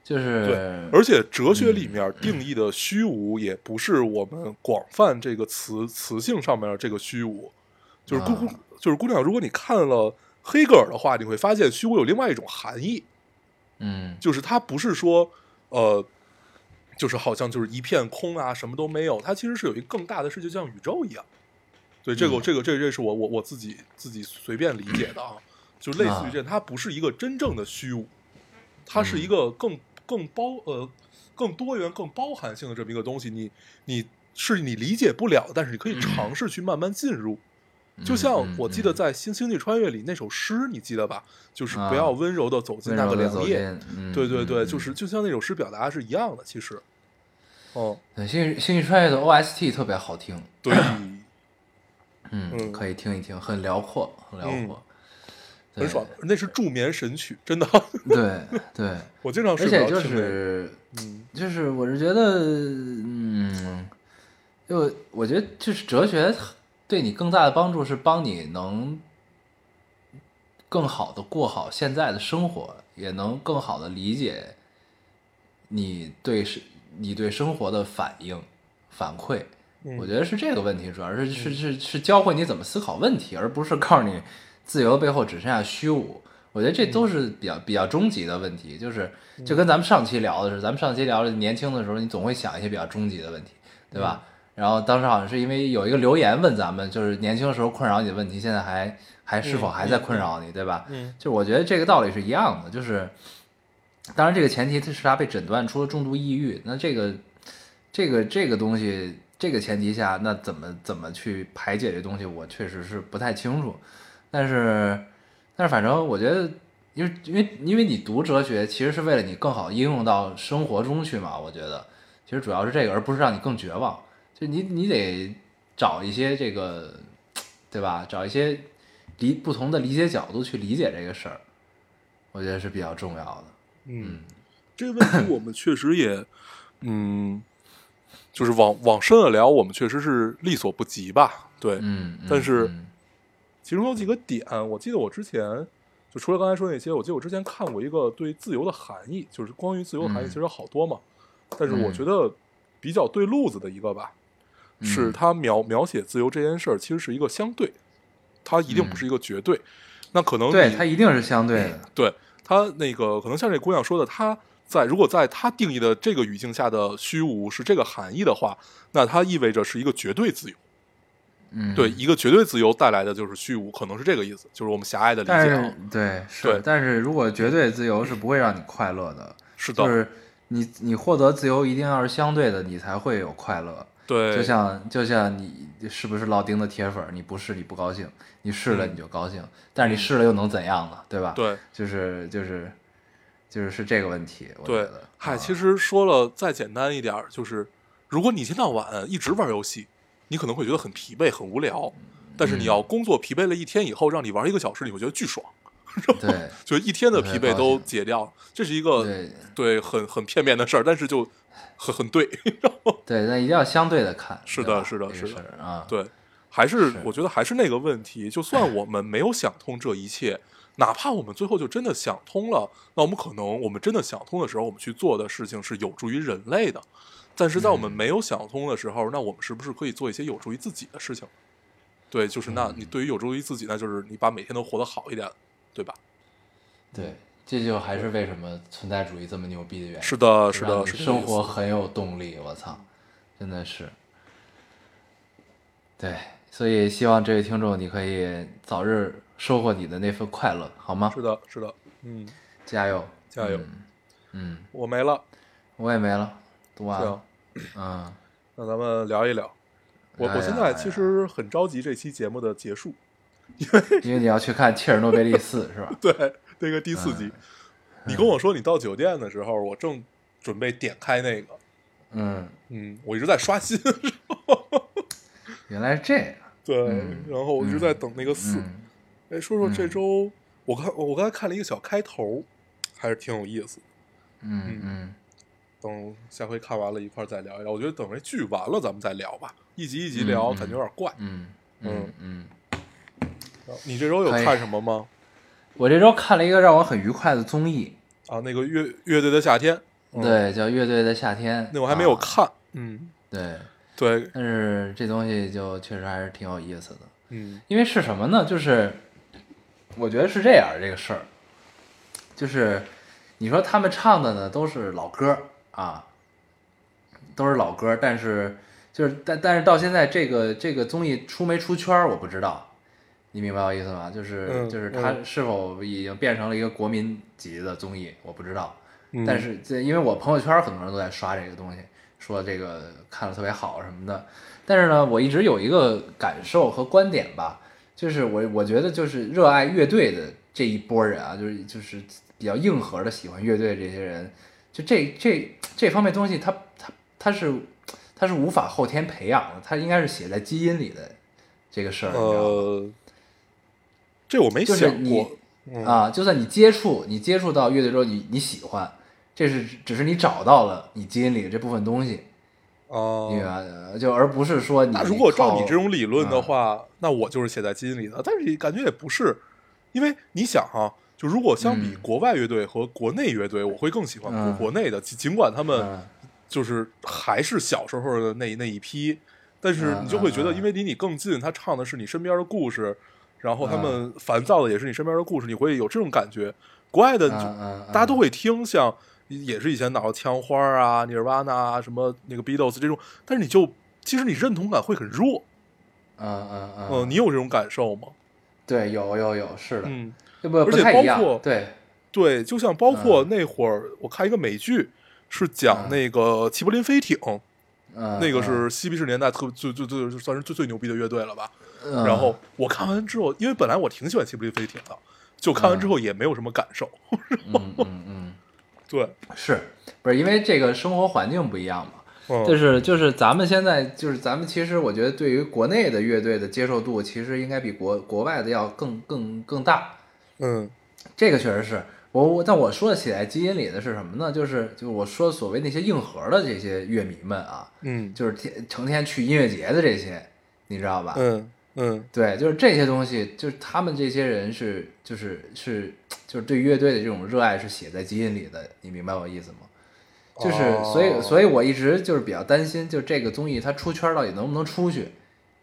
[SPEAKER 1] 就是
[SPEAKER 2] 而且哲
[SPEAKER 1] 嗯
[SPEAKER 2] 学里面定义的虚无，也不是我们广泛这个词词性上面的这个虚无，就是姑、
[SPEAKER 1] 啊
[SPEAKER 2] 就是姑娘，如果你看了黑格尔的话，你会发现虚无有另外一种含义，
[SPEAKER 1] 嗯
[SPEAKER 2] 就是它不是说呃，就是好像就是一片空啊，什么都没有，它其实是有一个更大的世界，就像宇宙一样。对，这个、
[SPEAKER 1] 嗯
[SPEAKER 2] 这个这这是我我我自己自己随便理解的啊，就类似于这样，它不是一个真正的虚无，它是一个更更包呃更多元、更包含性的这么一个东西。你你是你理解不了，但是你可以尝试去慢慢进入。
[SPEAKER 1] 嗯
[SPEAKER 2] 就像我记得在《新星际穿越》里那首诗，你记得吧？就是不要
[SPEAKER 1] 啊
[SPEAKER 2] 温柔的走进
[SPEAKER 1] 温
[SPEAKER 2] 那
[SPEAKER 1] 柔
[SPEAKER 2] 个
[SPEAKER 1] 的走
[SPEAKER 2] 良
[SPEAKER 1] 进
[SPEAKER 2] 夜，，
[SPEAKER 1] 嗯
[SPEAKER 2] 对对对，
[SPEAKER 1] 嗯
[SPEAKER 2] 就是就像那首诗表达是一样的，其实， 哦，
[SPEAKER 1] 对《嗯星际星际穿越》的 OST 特别好听，
[SPEAKER 2] 对，嗯
[SPEAKER 1] 嗯，可以听一听，很辽阔，很辽阔，对
[SPEAKER 2] 嗯很爽，那是助眠神曲，真的，
[SPEAKER 1] 对对，
[SPEAKER 2] 我经常睡
[SPEAKER 1] 而且
[SPEAKER 2] 不着
[SPEAKER 1] 就
[SPEAKER 2] 听那个
[SPEAKER 1] 是
[SPEAKER 2] 嗯
[SPEAKER 1] 就是我是觉得，嗯，就我觉得就是哲学对你更大的帮助是帮你能更好的过好现在的生活，也能更好的理解你对是你对生活的反应反馈。
[SPEAKER 2] 嗯
[SPEAKER 1] 我觉得是这个问题，主要是是是是教会你怎么思考问题，而不是告诉你自由背后只剩下虚无。我觉得这都是比较比较终极的问题，就是就跟咱们上期聊的是，咱们上期聊的年轻的时候，你总会想一些比较终极的问题，对
[SPEAKER 2] 嗯
[SPEAKER 1] 吧？然后当时好像是因为有一个留言问咱们，就是年轻的时候困扰你的问题，现在还还是否还在困扰你，对吧？
[SPEAKER 2] 嗯，
[SPEAKER 1] 就我觉得这个道理是一样的，就是当然这个前提是他被诊断出了重度抑郁，那这个这个这个东西这个前提下，那怎么怎么去排解这东西，我确实是不太清楚。但是但是反正我觉得，因为因为因为你读哲学其实是为了你更好应用到生活中去嘛，我觉得其实主要是这个，而不是让你更绝望。就你你得找一些这个，对吧？找一些理不同的理解角度去理解这个事儿，我觉得是比较重要的。
[SPEAKER 2] 嗯，这个问题我们确实也，嗯，就是往往深了聊，我们确实是力所不及吧，对，
[SPEAKER 1] 嗯，嗯
[SPEAKER 2] 但是
[SPEAKER 1] 嗯
[SPEAKER 2] 其中有几个点，我记得我之前就除了刚才说那些，我记得我之前看过一个对自由的含义，就是关于自由的含
[SPEAKER 1] 嗯
[SPEAKER 2] 义其实有好多嘛，但是
[SPEAKER 1] 嗯
[SPEAKER 2] 我觉得比较对路子的一个吧，
[SPEAKER 1] 嗯
[SPEAKER 2] 是他描描写自由这件事儿其实是一个相对，它一定
[SPEAKER 1] 嗯
[SPEAKER 2] 不是一个绝对，那可能
[SPEAKER 1] 对
[SPEAKER 2] 你
[SPEAKER 1] 它一定是相对的。
[SPEAKER 2] 对他那个，可能像这姑娘说的，他在如果在他定义的这个语境下的虚无是这个含义的话，那它意味着是一个绝对自由。
[SPEAKER 1] 嗯，
[SPEAKER 2] 对，。一个绝对自由带来的就是虚无，可能是这个意思，就是我们狭隘的理
[SPEAKER 1] 但
[SPEAKER 2] 解
[SPEAKER 1] 是
[SPEAKER 2] 啊。
[SPEAKER 1] 对是
[SPEAKER 2] 对
[SPEAKER 1] 但是如果绝对自由是不会让你快乐的，
[SPEAKER 2] 是的，
[SPEAKER 1] 就是你你获得自由一定要是相对的，你才会有快乐。
[SPEAKER 2] 对，
[SPEAKER 1] 就像就像你是不是老丁的铁粉儿，你不是你不高兴，你试了
[SPEAKER 2] 嗯
[SPEAKER 1] 你就高兴，但是你试了又能怎样呢？对吧？，
[SPEAKER 2] 对
[SPEAKER 1] 就是就是就是是这个问题，我觉
[SPEAKER 2] 对
[SPEAKER 1] 得。，
[SPEAKER 2] 嗨，
[SPEAKER 1] 啊
[SPEAKER 2] 其实说了再简单一点儿，就是如果你一天到晚一直玩游戏，你可能会觉得很疲惫、很无聊。
[SPEAKER 1] 嗯
[SPEAKER 2] 但是你要工作疲惫了一天以后，让你玩一个小时，你会觉得巨爽，
[SPEAKER 1] 对
[SPEAKER 2] 就是一天的疲
[SPEAKER 1] 对
[SPEAKER 2] 惫
[SPEAKER 1] 高
[SPEAKER 2] 都
[SPEAKER 1] 兴
[SPEAKER 2] 解掉了。这是一个
[SPEAKER 1] 对
[SPEAKER 2] 对，很很片面的事儿，但是就很很对，
[SPEAKER 1] 对，那一定要相对的看。
[SPEAKER 2] 是
[SPEAKER 1] 对
[SPEAKER 2] 的
[SPEAKER 1] 吧
[SPEAKER 2] 是的
[SPEAKER 1] 这个
[SPEAKER 2] 是的
[SPEAKER 1] 事儿啊。
[SPEAKER 2] 对，还是
[SPEAKER 1] 是
[SPEAKER 2] 我觉得还是那个问题，就算我们没有想通这一切，哪怕我们最后就真的想通了，那我们可能我们真的想通的时候，我们去做的事情是有助于人类的，但是在我
[SPEAKER 1] 嗯
[SPEAKER 2] 们没有想通的时候，那我们是不是可以做一些有助于自己的事情？对，就是
[SPEAKER 1] 嗯
[SPEAKER 2] 那你对于有助于自己，那就是你把每天都活得好一点，对吧？
[SPEAKER 1] 对，这就还是为什么存在主义这么牛逼的原因。
[SPEAKER 2] 是的，是
[SPEAKER 1] 让
[SPEAKER 2] 的，
[SPEAKER 1] 你
[SPEAKER 2] 是这个
[SPEAKER 1] 生
[SPEAKER 2] 意
[SPEAKER 1] 活
[SPEAKER 2] 思
[SPEAKER 1] 很有动力，我操，真的是。对，所以希望这位听众你可以早日收获你的那份快乐，好吗
[SPEAKER 2] 是？的，是的，嗯，
[SPEAKER 1] 加油！
[SPEAKER 2] 加油，
[SPEAKER 1] 嗯，
[SPEAKER 2] 我没了，
[SPEAKER 1] 我也没了，读完
[SPEAKER 2] 行
[SPEAKER 1] 了。。
[SPEAKER 2] 啊
[SPEAKER 1] 嗯，
[SPEAKER 2] 那咱们聊一聊。我
[SPEAKER 1] 聊一
[SPEAKER 2] 我现
[SPEAKER 1] 聊
[SPEAKER 2] 在
[SPEAKER 1] 聊一
[SPEAKER 2] 其
[SPEAKER 1] 聊
[SPEAKER 2] 实很着急这期节目的结束，
[SPEAKER 1] 嗯因为你要去看切尔诺贝利四是吧？
[SPEAKER 2] 对那个第四集，
[SPEAKER 1] 哎
[SPEAKER 2] 你跟我说你到酒店的时候，我正准备点开那个，
[SPEAKER 1] 嗯，
[SPEAKER 2] 嗯，我一直在刷新，
[SPEAKER 1] 原来是这样。
[SPEAKER 2] 对，
[SPEAKER 1] 嗯
[SPEAKER 2] 然后我一直在等那个四。
[SPEAKER 1] 嗯
[SPEAKER 2] 哎，说说这周，我看我刚才看了一个小开头，还是挺有意思的。
[SPEAKER 1] 嗯嗯，
[SPEAKER 2] 等下回看完了，一块儿再聊一聊。我觉得等这剧完了，咱们再聊吧，一集一集聊，
[SPEAKER 1] 嗯嗯
[SPEAKER 2] 感觉有点怪。
[SPEAKER 1] 嗯
[SPEAKER 2] 嗯
[SPEAKER 1] 嗯嗯。
[SPEAKER 2] 你这周有
[SPEAKER 1] 可以
[SPEAKER 2] 看什么吗？
[SPEAKER 1] 我这周看了一个让我很愉快的综艺，
[SPEAKER 2] 啊，那个乐乐队的夏天，嗯
[SPEAKER 1] 对，叫《乐队的夏天》。
[SPEAKER 2] 那我还没有
[SPEAKER 1] 啊
[SPEAKER 2] 看。嗯，
[SPEAKER 1] 对，
[SPEAKER 2] 对，
[SPEAKER 1] 但是这东西就确实还是挺有意思的，
[SPEAKER 2] 嗯
[SPEAKER 1] 因为是什么呢？就是我觉得是这样这个事儿，就是你说他们唱的呢都是老歌啊，都是老歌，但是就是但但是到现在这个这个综艺出没出圈儿我不知道，你明白我意思吗？就是、
[SPEAKER 2] 嗯
[SPEAKER 1] 就是它
[SPEAKER 2] 嗯
[SPEAKER 1] 是否已经变成了一个国民级的综艺，我不知道。
[SPEAKER 2] 嗯，
[SPEAKER 1] 但是这因为我朋友圈很多人都在刷这个东西，说这个看了特别好什么的。但是呢，我一直有一个感受和观点吧，就是我我觉得就是热爱乐队的这一波人啊，就是就是比较硬核的喜欢乐队这些人，就这这这方面东西它，它它是它是无法后天培养的，它应该是写在基因里的这个事儿，你知道吗？
[SPEAKER 2] 呃，这我没
[SPEAKER 1] 就是
[SPEAKER 2] 想
[SPEAKER 1] 你
[SPEAKER 2] 哎过。嗯
[SPEAKER 1] 啊，就算你接触，你接触到乐队之后，你你喜欢，这是只是你找到了你基因里的这部分东西，
[SPEAKER 2] 哦
[SPEAKER 1] 你明白吗？就而不是说你
[SPEAKER 2] 那如果照
[SPEAKER 1] 靠
[SPEAKER 2] 你这种理论的话，那我就是写在基因里的。但是感觉也不是，因为你想啊，就如果相比
[SPEAKER 1] 嗯
[SPEAKER 2] 国外乐队和国内乐队，我会更喜欢
[SPEAKER 1] 嗯
[SPEAKER 2] 国内的，尽尽管他们
[SPEAKER 1] 嗯
[SPEAKER 2] 就是还是小时候的那那一批，但是
[SPEAKER 1] 嗯
[SPEAKER 2] 你就会觉得，
[SPEAKER 1] 嗯嗯
[SPEAKER 2] 因为离你更近，他唱的是你身边的故事，然后他
[SPEAKER 1] 嗯
[SPEAKER 2] 们烦躁的也是你身边的故事，你会有这种感觉。国外的就
[SPEAKER 1] 嗯嗯嗯
[SPEAKER 2] 大家都会听，像也是以前脑枪花啊、尼尔瓦纳啊、什么那个 Beatles 这种，但是你就其实你认同感会很弱，
[SPEAKER 1] 嗯嗯嗯
[SPEAKER 2] 嗯，你有这种感受吗？
[SPEAKER 1] 对有有有是的，
[SPEAKER 2] 嗯，
[SPEAKER 1] 这不
[SPEAKER 2] 而
[SPEAKER 1] 不
[SPEAKER 2] 且
[SPEAKER 1] 太
[SPEAKER 2] 包
[SPEAKER 1] 一样
[SPEAKER 2] 括，
[SPEAKER 1] 对，
[SPEAKER 2] 对，就像包括那会儿我看一个美剧，是讲
[SPEAKER 1] 嗯
[SPEAKER 2] 那个齐柏林飞艇，
[SPEAKER 1] 嗯
[SPEAKER 2] 那个是嬉皮士年代特最最最算是最最牛逼的乐队了吧？
[SPEAKER 1] 嗯
[SPEAKER 2] 然后我看完之后，因为本来我挺喜欢齐柏林飞艇的，就看完之后也没有什么感受，
[SPEAKER 1] 嗯嗯嗯
[SPEAKER 2] 对，
[SPEAKER 1] 是不是因为这个生活环境不一样嘛？
[SPEAKER 2] 嗯，
[SPEAKER 1] 但是就是咱们现在就是咱们其实我觉得对于国内的乐队的接受度，其实应该比国国外的要更更更大。
[SPEAKER 2] 嗯
[SPEAKER 1] 这个确实是我我，但我说的写在基因里的是什么呢？就是就是我说所谓那些硬核的这些乐迷们啊，
[SPEAKER 2] 嗯
[SPEAKER 1] 就是天成天去音乐节的这些，你知道吧？
[SPEAKER 2] 嗯嗯
[SPEAKER 1] 对，就是这些东西，就是他们这些人是就是是就是对乐队的这种热爱是写在基因里的，你明白我意思吗？就是所以
[SPEAKER 2] 哦
[SPEAKER 1] 所以我一直就是比较担心，就是这个综艺它出圈儿到底能不能出去，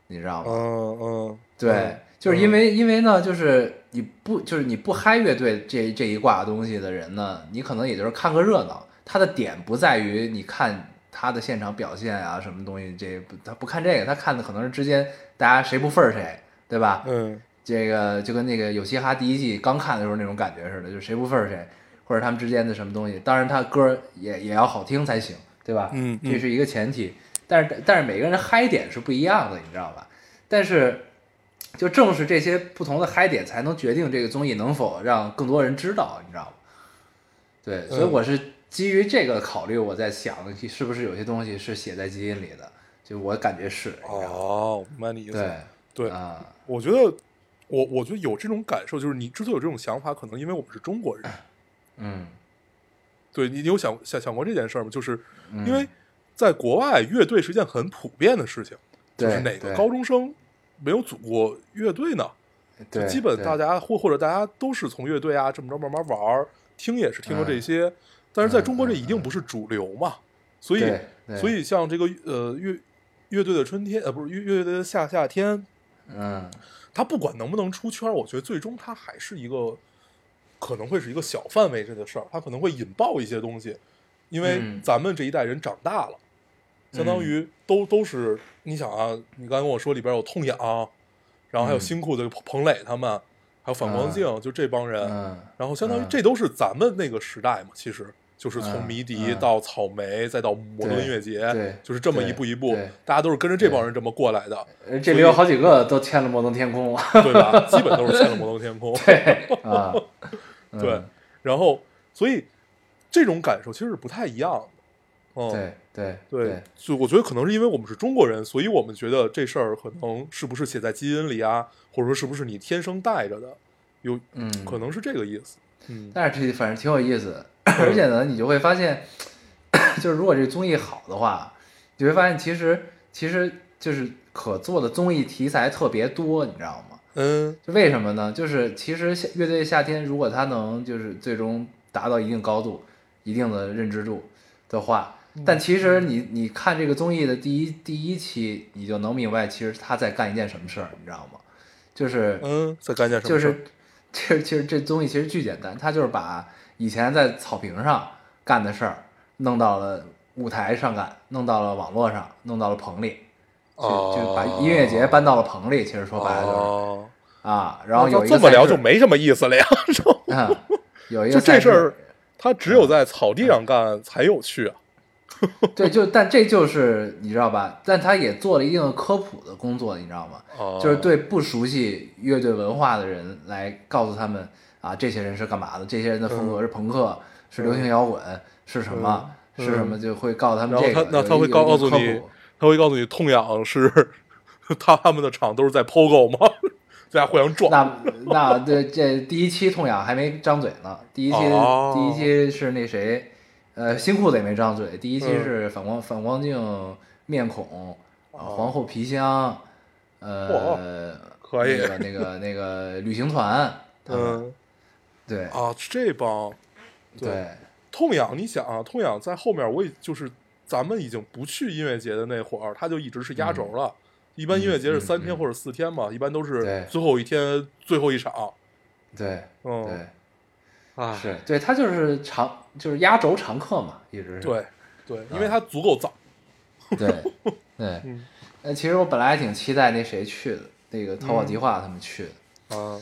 [SPEAKER 1] 你知道吗？
[SPEAKER 2] 嗯嗯，
[SPEAKER 1] 对，就是因为因为呢，就是你不就是你不嗨乐队这这一挂东西的人呢，你可能也就是看个热闹，他的点不在于你看他的现场表现啊什么东西，这不他不看这个，他看的可能是之间大家谁不份儿谁，对吧？
[SPEAKER 2] 嗯
[SPEAKER 1] 这个就跟那个有嘻哈第一季刚看的时候那种感觉似的，就谁不份儿谁，或者他们之间的什么东西。当然，他歌儿也也要好听才行，对吧？
[SPEAKER 2] 嗯嗯
[SPEAKER 1] 这是一个前提。但是但是每个人的嗨点是不一样的，你知道吧？但是就正是这些不同的嗨点，才能决定这个综艺能否让更多人知道，你知道吗？对，所以
[SPEAKER 2] 嗯
[SPEAKER 1] 我是基于这个考虑，我在想是不是有些东西是写在基因里的，就我感觉是，你知道吗
[SPEAKER 2] 哦，我明白你意思。
[SPEAKER 1] 对
[SPEAKER 2] 对
[SPEAKER 1] 啊，
[SPEAKER 2] 我觉得我我觉得有这种感受，就是你之所以有这种想法，可能因为我们是中国 人。
[SPEAKER 1] 嗯，
[SPEAKER 2] 对你，你有想想想过这件事儿吗？就是
[SPEAKER 1] 嗯
[SPEAKER 2] 因为在国外，乐队是一件很普遍的事情，就是
[SPEAKER 1] 对
[SPEAKER 2] 哪个
[SPEAKER 1] 对
[SPEAKER 2] 高中生没有组过乐队呢？就
[SPEAKER 1] 对，
[SPEAKER 2] 基本
[SPEAKER 1] 对
[SPEAKER 2] 大家或或者大家都是从乐队啊这么着慢慢玩儿，听也是听过
[SPEAKER 1] 嗯
[SPEAKER 2] 这些，但是在中国这一定不是主流嘛，所以
[SPEAKER 1] 对对
[SPEAKER 2] 所以像这个呃乐乐队的春天呃不是乐乐队的夏夏天，
[SPEAKER 1] 嗯
[SPEAKER 2] 它不管能不能出圈儿，我觉得最终它还是一个可能会是一个小范围内的事儿，它可能会引爆一些东西，因为
[SPEAKER 1] 嗯
[SPEAKER 2] 咱们这一代人长大了，相当于都都是你想啊，你刚才跟我说里边有痛痒，然后还有
[SPEAKER 1] 嗯啊
[SPEAKER 2] 新裤子彭彭磊他们，还有反光镜，就这帮人，
[SPEAKER 1] 嗯
[SPEAKER 2] 然后相当于
[SPEAKER 1] 嗯
[SPEAKER 2] 这都是咱们那个时代嘛，其实就是从
[SPEAKER 1] 嗯
[SPEAKER 2] 迷笛
[SPEAKER 1] 嗯
[SPEAKER 2] 到草莓，再到摩登
[SPEAKER 1] 对
[SPEAKER 2] 音乐节
[SPEAKER 1] 对，
[SPEAKER 2] 就是这么
[SPEAKER 1] 对
[SPEAKER 2] 一步一步
[SPEAKER 1] 对，
[SPEAKER 2] 大家都是跟着这帮人这么过来 的，
[SPEAKER 1] 呃这里有好几个都签了摩登天 空了，
[SPEAKER 2] 对吧？基本都是签了摩登天空。
[SPEAKER 1] 对啊，嗯
[SPEAKER 2] 对，然后所以这种感受其实是不太一样的。嗯，
[SPEAKER 1] 对对
[SPEAKER 2] 对，所以我觉得可能是因为我们是中国人，所以我们觉得这事儿可能是不是写在基因里啊，或者说是不是你天生带着的，有
[SPEAKER 1] 嗯，
[SPEAKER 2] 可能是这个意思。嗯
[SPEAKER 1] 但是这反正挺有意思，而且呢，你就会发现， 就是如果这综艺好的话，你会发现其实其实就是可做的综艺题材特别多，你知道吗？
[SPEAKER 2] 嗯
[SPEAKER 1] 就为什么呢？就是其实夏乐队夏天，如果他能就是最终达到一定高度、一定的认知度的话，
[SPEAKER 2] 嗯
[SPEAKER 1] 但其实你你看这个综艺的第一第一期，你就能明白其实他在干一件什么事儿，你知道吗？就是
[SPEAKER 2] 嗯，再干件什么
[SPEAKER 1] 就
[SPEAKER 2] 事儿？
[SPEAKER 1] 是 其实其实这综艺其实巨简单，他就是把以前在草坪上干的事儿弄到了舞台上干，弄到了网络上，弄到了棚里，就就把音乐节搬到了棚里。其实说白了就是、
[SPEAKER 2] 哦，
[SPEAKER 1] 啊，然后
[SPEAKER 2] 那
[SPEAKER 1] 有一个
[SPEAKER 2] 这么
[SPEAKER 1] 赛
[SPEAKER 2] 聊
[SPEAKER 1] 事
[SPEAKER 2] 就没什么意思了呀，
[SPEAKER 1] 嗯，有一个
[SPEAKER 2] 就这
[SPEAKER 1] 赛嗯
[SPEAKER 2] 事
[SPEAKER 1] 事
[SPEAKER 2] 儿，他只有在草地上干才有趣啊。
[SPEAKER 1] 对，就但这就是你知道吧？但他也做了一定的科普的工作，你知道吗？
[SPEAKER 2] 哦
[SPEAKER 1] 嗯就是对不熟悉乐队文化的人来告诉他们啊，这些人是干嘛的，这些人的风格是朋克，是流行摇滚，是什么，
[SPEAKER 2] 嗯
[SPEAKER 1] 是什么，就会告诉他们
[SPEAKER 2] 然后
[SPEAKER 1] 这个。
[SPEAKER 2] 他那
[SPEAKER 1] 有
[SPEAKER 2] 他
[SPEAKER 1] 一
[SPEAKER 2] 会
[SPEAKER 1] 有
[SPEAKER 2] 告
[SPEAKER 1] 一
[SPEAKER 2] 告
[SPEAKER 1] 个
[SPEAKER 2] 诉
[SPEAKER 1] 科
[SPEAKER 2] 你
[SPEAKER 1] 普，
[SPEAKER 2] 他会告诉你痛痒是他他们的场都是在 POGO 吗？ 在互相撞。
[SPEAKER 1] 那那这这第一期痛痒还没张嘴呢，第一期、
[SPEAKER 2] 哦
[SPEAKER 1] 第一期是那谁，呃，新裤子也没张嘴，第一期
[SPEAKER 2] 嗯
[SPEAKER 1] 是反光、反光镜面孔，呃
[SPEAKER 2] 哦
[SPEAKER 1] 皇后皮箱，呃，
[SPEAKER 2] 可以
[SPEAKER 1] 那个那个那个旅行团，他们
[SPEAKER 2] 嗯
[SPEAKER 1] 对、
[SPEAKER 2] 啊，这帮
[SPEAKER 1] 对，
[SPEAKER 2] 痛痒，你想啊，痛痒在后面，我也就是咱们已经不去音乐节的那会儿，他就一直是压轴
[SPEAKER 1] 嗯
[SPEAKER 2] 了。一般音乐节是三天或者四天嘛，一般都是
[SPEAKER 1] 对
[SPEAKER 2] 最后一天最后一场。
[SPEAKER 1] 对
[SPEAKER 2] 嗯，
[SPEAKER 1] 对，
[SPEAKER 2] 啊，
[SPEAKER 1] 是对他就是常就是压轴常客嘛，一直是
[SPEAKER 2] 对对，
[SPEAKER 1] 嗯
[SPEAKER 2] 因为它足够早。
[SPEAKER 1] 对对。
[SPEAKER 2] 嗯
[SPEAKER 1] 那其实我本来还挺期待那谁去的，那个
[SPEAKER 2] 嗯
[SPEAKER 1] 逃跑计划他们去的，
[SPEAKER 2] 啊，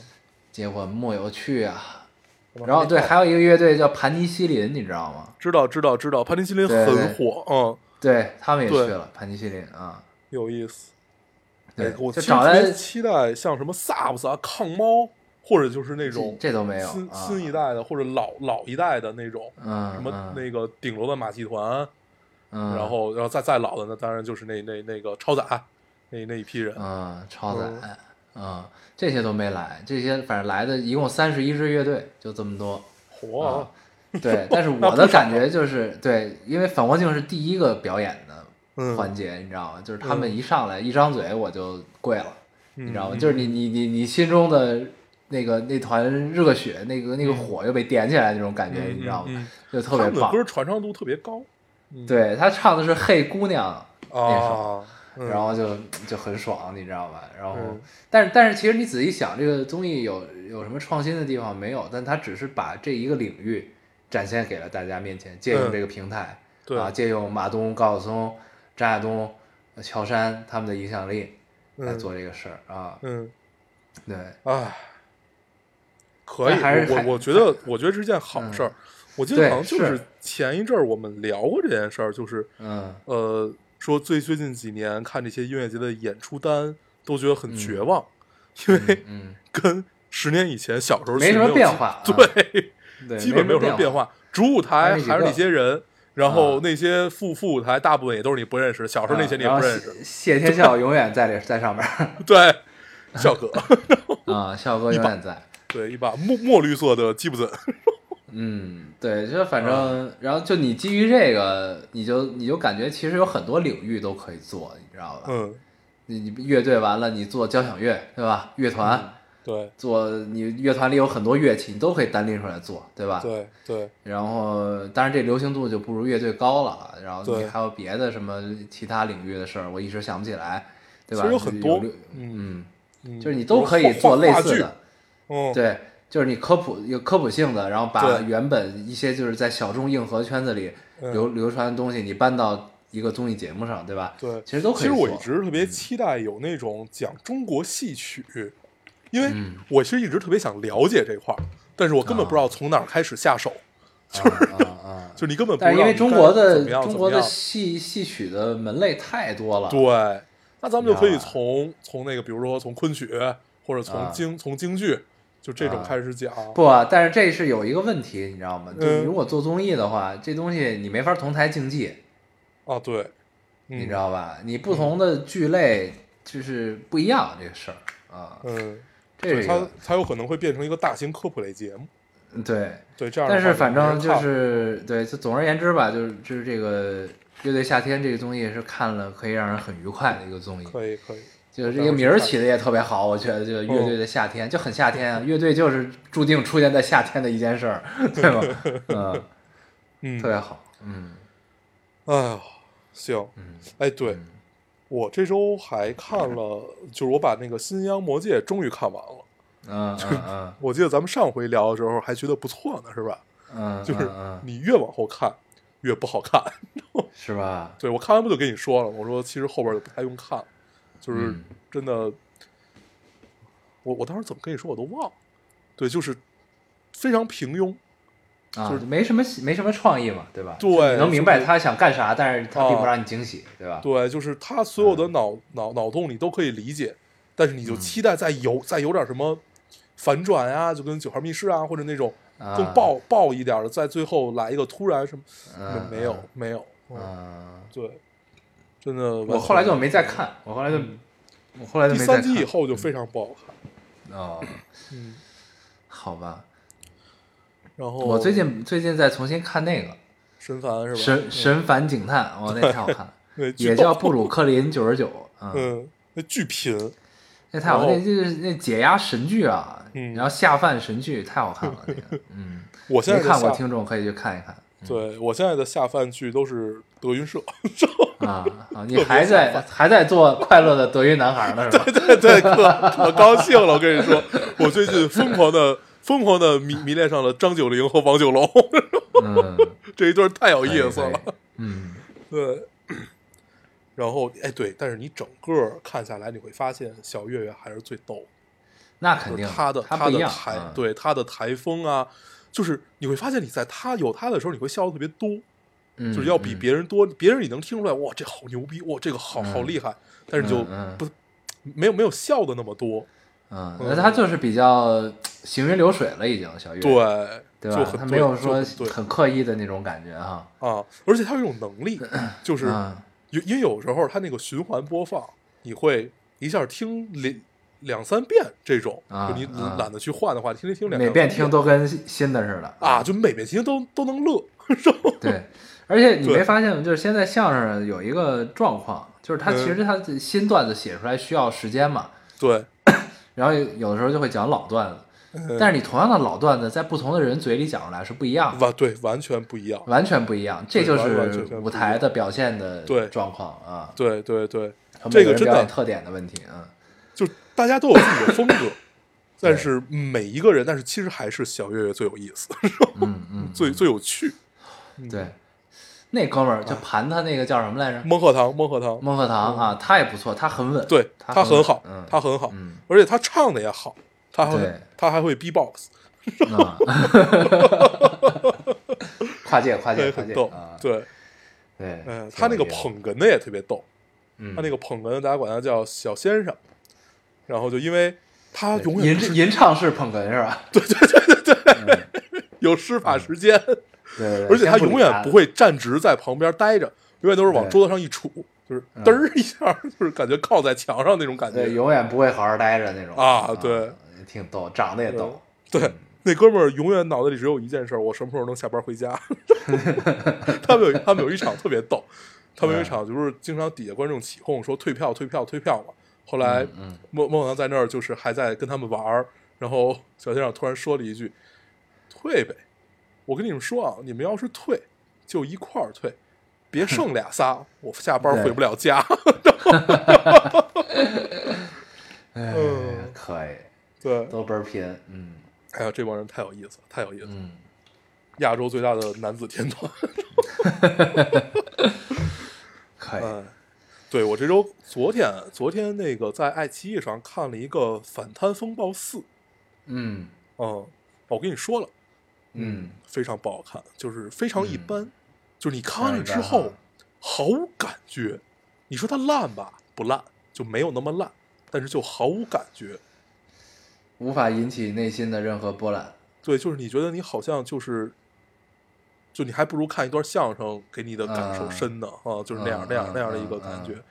[SPEAKER 1] 结果木有去啊。
[SPEAKER 2] 我们
[SPEAKER 1] 然后
[SPEAKER 2] 还
[SPEAKER 1] 对，还有一个乐队叫盘尼西林，你知道吗？
[SPEAKER 2] 知道知道知道，潘尼西林
[SPEAKER 1] 对
[SPEAKER 2] 很火，嗯，
[SPEAKER 1] 对他们也去
[SPEAKER 2] 对
[SPEAKER 1] 了盘尼西林啊。
[SPEAKER 2] 有意思。
[SPEAKER 1] 对
[SPEAKER 2] 哎，我
[SPEAKER 1] 就
[SPEAKER 2] 其实
[SPEAKER 1] 找
[SPEAKER 2] 特
[SPEAKER 1] 来
[SPEAKER 2] 别期待像什么 Subs 啊、抗猫，或者就是那种
[SPEAKER 1] 这这都没有
[SPEAKER 2] 新
[SPEAKER 1] 啊
[SPEAKER 2] 新一代的或者老老一代的那种，
[SPEAKER 1] 嗯，
[SPEAKER 2] 什么
[SPEAKER 1] 嗯
[SPEAKER 2] 那个顶楼的马戏团，
[SPEAKER 1] 嗯，
[SPEAKER 2] 然后然后再再老的那当然就是那那那个超载那那一批人，
[SPEAKER 1] 嗯，超载
[SPEAKER 2] 嗯
[SPEAKER 1] 嗯，这些都没来，这些反正来的一共三十一支乐队，就这么 多。
[SPEAKER 2] 火
[SPEAKER 1] 啊
[SPEAKER 2] 啊，
[SPEAKER 1] 对，但是
[SPEAKER 2] 那
[SPEAKER 1] 我
[SPEAKER 2] 不
[SPEAKER 1] 的
[SPEAKER 2] 少
[SPEAKER 1] 感觉就是，对，因为反光镜是第一个表演的
[SPEAKER 2] 嗯
[SPEAKER 1] 环节，你知道吗？就是他
[SPEAKER 2] 嗯
[SPEAKER 1] 们一上来一张嘴我就跪了，你知道吗？
[SPEAKER 2] 嗯
[SPEAKER 1] 就是你你你你心中的那个那团热血，那个那个火又被点起来那种感觉，
[SPEAKER 2] 嗯
[SPEAKER 1] 你知道吗？
[SPEAKER 2] 嗯嗯
[SPEAKER 1] 就特
[SPEAKER 2] 他
[SPEAKER 1] 别
[SPEAKER 2] 们的
[SPEAKER 1] 棒。
[SPEAKER 2] 歌传唱度特别高
[SPEAKER 1] 对他唱的是《嘿姑娘》那首，
[SPEAKER 2] 啊，嗯
[SPEAKER 1] 然后就就很爽，你知道吧？然后，
[SPEAKER 2] 嗯
[SPEAKER 1] 但是但是其实你仔细想，这个综艺有有什么创新的地方没有？但它只是把这一个领域展现给了大家面前，借用
[SPEAKER 2] 嗯
[SPEAKER 1] 这个平台，
[SPEAKER 2] 对
[SPEAKER 1] 啊，借用马东、高晓松、张亚东、呃乔杉他们的影响力来
[SPEAKER 2] 嗯
[SPEAKER 1] 做这个事儿啊。
[SPEAKER 2] 嗯，
[SPEAKER 1] 对，
[SPEAKER 2] 唉，可以，
[SPEAKER 1] 但还是
[SPEAKER 2] 我
[SPEAKER 1] 还嗯
[SPEAKER 2] 我我觉得，我觉得是件好事儿。我记得
[SPEAKER 1] 对
[SPEAKER 2] 好像就是前一阵儿我们聊过这件事儿，就是
[SPEAKER 1] 嗯
[SPEAKER 2] 呃，说最最近几年看这些音乐节的演出单，都觉得很绝望，因为
[SPEAKER 1] 嗯，
[SPEAKER 2] 跟十年以前小时候去
[SPEAKER 1] 没什么
[SPEAKER 2] 有
[SPEAKER 1] 变
[SPEAKER 2] 几
[SPEAKER 1] 化啊
[SPEAKER 2] 对，
[SPEAKER 1] 对，
[SPEAKER 2] 基本
[SPEAKER 1] 没
[SPEAKER 2] 有什
[SPEAKER 1] 什
[SPEAKER 2] 么
[SPEAKER 1] 么
[SPEAKER 2] 变
[SPEAKER 1] 变。
[SPEAKER 2] 化。主舞台
[SPEAKER 1] 还是那几
[SPEAKER 2] 还是那
[SPEAKER 1] 个
[SPEAKER 2] 些人，然后
[SPEAKER 1] 啊
[SPEAKER 2] 那些副副舞台大部分也都是你不认识的，小时候那些
[SPEAKER 1] 嗯
[SPEAKER 2] 你也
[SPEAKER 1] 然
[SPEAKER 2] 不
[SPEAKER 1] 后
[SPEAKER 2] 认识。
[SPEAKER 1] 谢谢天笑永远在这在上面
[SPEAKER 2] 对，笑哥，
[SPEAKER 1] 啊，笑哥永远在。
[SPEAKER 2] 对，一把墨墨绿色的吉 普森。
[SPEAKER 1] 嗯，对，就反正，然后就你基于这个，你就你就感觉其实有很多领域都可以做，你知道吧？
[SPEAKER 2] 嗯，
[SPEAKER 1] 你你乐队完了，你做交响乐，对吧？乐团、
[SPEAKER 2] 对
[SPEAKER 1] 做你乐团里有很多乐器，你都可以单拎出来做，对吧？
[SPEAKER 2] 对对，
[SPEAKER 1] 然后，当然这流行度就不如乐队高了啊。然后
[SPEAKER 2] 对
[SPEAKER 1] 你还有别的什么其他领域的事儿，我一时想不起来，对吧？
[SPEAKER 2] 其实有
[SPEAKER 1] 就
[SPEAKER 2] 很多
[SPEAKER 1] 流
[SPEAKER 2] 嗯
[SPEAKER 1] 嗯，
[SPEAKER 2] 嗯
[SPEAKER 1] 就是你都可以做类似的。，
[SPEAKER 2] 比如说话话剧
[SPEAKER 1] 对，就是你科普有科普性的，然后把
[SPEAKER 2] 嗯对
[SPEAKER 1] 原本一些就是在小众硬核圈子里
[SPEAKER 2] 嗯
[SPEAKER 1] 流、流传的东西，你搬到一个综艺节目上，对吧？
[SPEAKER 2] 嗯，对，
[SPEAKER 1] 其实都可
[SPEAKER 2] 其
[SPEAKER 1] 以
[SPEAKER 2] 实
[SPEAKER 1] 做。啊嗯
[SPEAKER 2] 我一直特别期待有那种讲中国戏曲，因为
[SPEAKER 1] 嗯
[SPEAKER 2] 我其实一直特别想了解这块儿，但是我根本不知道从哪儿开始下手，
[SPEAKER 1] 啊啊啊！
[SPEAKER 2] 就你根 本不知
[SPEAKER 1] 但
[SPEAKER 2] 道
[SPEAKER 1] 是因为
[SPEAKER 2] 你
[SPEAKER 1] 中
[SPEAKER 2] 该
[SPEAKER 1] 国
[SPEAKER 2] 怎
[SPEAKER 1] 的
[SPEAKER 2] 么样
[SPEAKER 1] 中
[SPEAKER 2] 怎
[SPEAKER 1] 国
[SPEAKER 2] 么
[SPEAKER 1] 的
[SPEAKER 2] 样
[SPEAKER 1] 戏戏曲的门类太多了，
[SPEAKER 2] 对，那咱们就可以
[SPEAKER 1] 你知道吧
[SPEAKER 2] 从从那个比如说从昆曲或者从
[SPEAKER 1] 啊
[SPEAKER 2] 京从京剧，就这种
[SPEAKER 1] 啊
[SPEAKER 2] 开始讲，
[SPEAKER 1] 不啊，但是这是有一个问题，你知道吗？就是
[SPEAKER 2] 嗯
[SPEAKER 1] 如果做综艺的话，这东西你没法同台竞技，
[SPEAKER 2] 啊对，
[SPEAKER 1] 你
[SPEAKER 2] 嗯
[SPEAKER 1] 知道吧？你不同的剧类就是不一样这个事儿啊，
[SPEAKER 2] 嗯，
[SPEAKER 1] 这是一
[SPEAKER 2] 它
[SPEAKER 1] 个
[SPEAKER 2] 它有可能会变成一个大型科普类节目，
[SPEAKER 1] 对，
[SPEAKER 2] 对，这样的
[SPEAKER 1] 但
[SPEAKER 2] 话
[SPEAKER 1] 是反
[SPEAKER 2] 就没
[SPEAKER 1] 正
[SPEAKER 2] 人
[SPEAKER 1] 就
[SPEAKER 2] 看了
[SPEAKER 1] 是对，就总而言之吧，就是就是这个《乐队夏天》这个综艺是看了可以让人很愉快的一个综艺，
[SPEAKER 2] 可以可以，
[SPEAKER 1] 就是这个名儿起的也特别好，我觉得这
[SPEAKER 2] 哦
[SPEAKER 1] 个乐队的夏天、就很夏天啊，乐队就是注定出现在夏天的一件事儿，对吗？ 嗯，
[SPEAKER 2] 嗯
[SPEAKER 1] 特，别好，嗯
[SPEAKER 2] 哎呀，行，
[SPEAKER 1] 嗯
[SPEAKER 2] 哎，对我这周还看了，就是我把那个《新阴阳魔界》终于看完了。
[SPEAKER 1] 嗯嗯嗯
[SPEAKER 2] 我记得咱们上回聊的时候还觉得不错呢，是吧？
[SPEAKER 1] 嗯，
[SPEAKER 2] 就是
[SPEAKER 1] 嗯嗯
[SPEAKER 2] 你越往后看越不好看。
[SPEAKER 1] 是吧？
[SPEAKER 2] 对我看完不就跟你说了吗？我说其实后边就不太用看了，就是
[SPEAKER 1] 嗯
[SPEAKER 2] 真的，我我当时怎么跟你说我都忘了。对，就是非常平庸，
[SPEAKER 1] 啊，
[SPEAKER 2] 就是
[SPEAKER 1] 没什么没什么创意嘛，对吧？
[SPEAKER 2] 对
[SPEAKER 1] 就你能明白
[SPEAKER 2] 就是
[SPEAKER 1] 他想干啥，但是他并不
[SPEAKER 2] 啊
[SPEAKER 1] 让你惊喜，对吧？
[SPEAKER 2] 对，就是他所有
[SPEAKER 1] 嗯
[SPEAKER 2] 的脑、脑脑洞你都可以理解，但是你就期待再有、再有点什么反转啊，就跟九号密室啊，或者那种
[SPEAKER 1] 啊
[SPEAKER 2] 更爆、爆一点的，在最后来一个突然什么，
[SPEAKER 1] 嗯
[SPEAKER 2] 没有、没有，嗯，
[SPEAKER 1] 嗯，
[SPEAKER 2] 对，真的完全。
[SPEAKER 1] 我后来就没再看，我后来就嗯我后来就
[SPEAKER 2] 第
[SPEAKER 1] 没再
[SPEAKER 2] 三
[SPEAKER 1] 看。嗯
[SPEAKER 2] 季以后就非常不好看，
[SPEAKER 1] 哦，
[SPEAKER 2] 嗯，
[SPEAKER 1] 好吧，
[SPEAKER 2] 然后
[SPEAKER 1] 我最近最近在重新看那个《
[SPEAKER 2] 神烦是吧？嗯
[SPEAKER 1] 神神烦警探》，哦，那太好 看了，
[SPEAKER 2] 对剧
[SPEAKER 1] 也
[SPEAKER 2] 斗
[SPEAKER 1] 叫布鲁克林九十 九，嗯，
[SPEAKER 2] 嗯，那巨贫，
[SPEAKER 1] 那太好，
[SPEAKER 2] 然后
[SPEAKER 1] 那就是那解压神剧啊，
[SPEAKER 2] 嗯
[SPEAKER 1] 然后下饭神剧太好看了，那 个，嗯，
[SPEAKER 2] 我现在
[SPEAKER 1] 没
[SPEAKER 2] 的
[SPEAKER 1] 看过
[SPEAKER 2] 下
[SPEAKER 1] 听众可以去看一看。
[SPEAKER 2] 对我现在的下饭剧都是德云社，
[SPEAKER 1] 啊啊！你还在还在做快乐的德云男孩呢是吧？
[SPEAKER 2] 对对，可可高兴了！我跟你说，我最近疯狂的、疯狂的迷迷恋上了张九龄和王九龙，
[SPEAKER 1] 嗯，
[SPEAKER 2] 这一对儿太有
[SPEAKER 1] 可以
[SPEAKER 2] 意思了。
[SPEAKER 1] 可以嗯
[SPEAKER 2] 对，然后哎，对，但是你整个看下来，你会发现小岳岳还是最逗，
[SPEAKER 1] 那肯
[SPEAKER 2] 就是
[SPEAKER 1] 定
[SPEAKER 2] 他的
[SPEAKER 1] 他
[SPEAKER 2] 他
[SPEAKER 1] 不一
[SPEAKER 2] 的
[SPEAKER 1] 样
[SPEAKER 2] 台，
[SPEAKER 1] 嗯
[SPEAKER 2] 对他的台风啊，就是你会发现你在他有他的时候，你会笑的特别多，
[SPEAKER 1] 嗯
[SPEAKER 2] 就是要比
[SPEAKER 1] 嗯
[SPEAKER 2] 别人多，别人你能听出来，哇，这好牛逼，哇，这个好好
[SPEAKER 1] 嗯
[SPEAKER 2] 厉害，但是就
[SPEAKER 1] 嗯嗯
[SPEAKER 2] 不没有没有笑的那么多，
[SPEAKER 1] 嗯，那他就是比较行云流水了，已经小月
[SPEAKER 2] 对，
[SPEAKER 1] 对
[SPEAKER 2] 就
[SPEAKER 1] 吧？
[SPEAKER 2] 很
[SPEAKER 1] 他
[SPEAKER 2] 对
[SPEAKER 1] 没有
[SPEAKER 2] 就
[SPEAKER 1] 说
[SPEAKER 2] 很对
[SPEAKER 1] 很刻意的那种感觉哈，
[SPEAKER 2] 啊，而且他有一种能力，就是
[SPEAKER 1] 嗯
[SPEAKER 2] 有因为有时候他那个循环播放，你会一下听两两三遍这种，
[SPEAKER 1] 啊
[SPEAKER 2] 就你
[SPEAKER 1] 啊
[SPEAKER 2] 懒得去换的话，听听听两
[SPEAKER 1] 每
[SPEAKER 2] 三
[SPEAKER 1] 遍听都跟新的似的
[SPEAKER 2] 啊，就每遍听都都能乐，
[SPEAKER 1] 对，而且你
[SPEAKER 2] 对
[SPEAKER 1] 没发现吗？就是现在相声有一个状况，就是
[SPEAKER 2] 嗯
[SPEAKER 1] 他其实他新段子写出来需要时间嘛，
[SPEAKER 2] 对，
[SPEAKER 1] 然后有的时候就会讲老段子，
[SPEAKER 2] 嗯
[SPEAKER 1] 但是你同样的老段子在不同的人嘴里讲出来是不一样的。
[SPEAKER 2] 完对完全不一样，
[SPEAKER 1] 完全不一样，这
[SPEAKER 2] 对
[SPEAKER 1] 就
[SPEAKER 2] 完完全
[SPEAKER 1] 是
[SPEAKER 2] 全不
[SPEAKER 1] 舞
[SPEAKER 2] 一
[SPEAKER 1] 台
[SPEAKER 2] 样
[SPEAKER 1] 的表现的
[SPEAKER 2] 对
[SPEAKER 1] 状况啊，
[SPEAKER 2] 对对对，
[SPEAKER 1] 和
[SPEAKER 2] 这
[SPEAKER 1] 每
[SPEAKER 2] 个
[SPEAKER 1] 人
[SPEAKER 2] 真
[SPEAKER 1] 表演
[SPEAKER 2] 的
[SPEAKER 1] 特点的问题啊。
[SPEAKER 2] 就是大家都有自己的 风格，但是每一个人，但是其实还是小岳岳最有意思，
[SPEAKER 1] 嗯嗯，
[SPEAKER 2] 最最有趣，嗯
[SPEAKER 1] 对，那哥们儿就盘他那个叫什么来着？
[SPEAKER 2] 孟鹤堂，啊孟鹤堂，
[SPEAKER 1] 孟鹤堂啊，他也不错，他很稳，
[SPEAKER 2] 对
[SPEAKER 1] 他
[SPEAKER 2] 他很
[SPEAKER 1] 稳
[SPEAKER 2] 好
[SPEAKER 1] 嗯，，
[SPEAKER 2] 他很好，
[SPEAKER 1] 嗯
[SPEAKER 2] 而且他唱的也好，他还
[SPEAKER 1] 对
[SPEAKER 2] 会他还会 B-box，
[SPEAKER 1] 啊 跨界跨界
[SPEAKER 2] 对，
[SPEAKER 1] 跨
[SPEAKER 2] 很
[SPEAKER 1] 界
[SPEAKER 2] 逗
[SPEAKER 1] 啊，，
[SPEAKER 2] 对，
[SPEAKER 1] 对
[SPEAKER 2] 嗯，，
[SPEAKER 1] 挺
[SPEAKER 2] 他
[SPEAKER 1] 有
[SPEAKER 2] 那个
[SPEAKER 1] 意思，
[SPEAKER 2] 捧哏的也特别逗，
[SPEAKER 1] 嗯
[SPEAKER 2] 他那个捧哏大家管他叫小先生，然后就因为他
[SPEAKER 1] 对
[SPEAKER 2] 永远
[SPEAKER 1] 吟
[SPEAKER 2] 不是
[SPEAKER 1] 吟唱式捧哏是吧？
[SPEAKER 2] 有施法时间，
[SPEAKER 1] 对嗯对，对
[SPEAKER 2] 而且
[SPEAKER 1] 先
[SPEAKER 2] 他
[SPEAKER 1] 理
[SPEAKER 2] 永远不会站直在旁边待着，永远都是往
[SPEAKER 1] 对
[SPEAKER 2] 桌子上一杵，就是
[SPEAKER 1] 嗯
[SPEAKER 2] 嘚儿一下， 就是感觉靠在墙上那种感
[SPEAKER 1] 对，
[SPEAKER 2] 觉
[SPEAKER 1] 永远不会好好待着那种嗯
[SPEAKER 2] 啊对，
[SPEAKER 1] 挺逗，长得也逗，
[SPEAKER 2] 对。那哥们儿永远脑子里只有一件事儿：我什么时候能下班 回家？ 他们有他们有一场特别逗，他
[SPEAKER 1] 嗯
[SPEAKER 2] 们有一场就是经常底下观众起哄说退票退票退票嘛。后来
[SPEAKER 1] 嗯，
[SPEAKER 2] 孟孟阳在那儿就是还在跟他们玩儿，然后小先生突然说了一句：“退呗！”我跟你们说啊，你们要是退，就一块儿退，别剩俩仨，我下班回不了家。
[SPEAKER 1] 哎
[SPEAKER 2] 嗯
[SPEAKER 1] 可以，
[SPEAKER 2] 对，
[SPEAKER 1] 都倍儿贫，嗯
[SPEAKER 2] 哎呀，这帮人太有意思了，太有意思了，
[SPEAKER 1] 嗯，
[SPEAKER 2] 亚洲最大的男子天团。
[SPEAKER 1] 可以，
[SPEAKER 2] 嗯，对我这周昨天昨天那个在爱奇艺上看了一个《反贪风暴四》，
[SPEAKER 1] 嗯
[SPEAKER 2] 嗯，我跟你说了，
[SPEAKER 1] 嗯，
[SPEAKER 2] 非常不好看，就是非常一般，就是你看
[SPEAKER 1] 当
[SPEAKER 2] 完
[SPEAKER 1] 然
[SPEAKER 2] 了之
[SPEAKER 1] 了
[SPEAKER 2] 后毫无感觉。你说它烂吧，不烂，就没有那么烂，但是就毫无感觉。
[SPEAKER 1] 无法引起内心的任何波澜，
[SPEAKER 2] 对，就是你觉得你好像就是，就你还不如看一段相声给你的感受
[SPEAKER 1] 啊
[SPEAKER 2] 深呢啊，就是那样那样那样的一个感觉。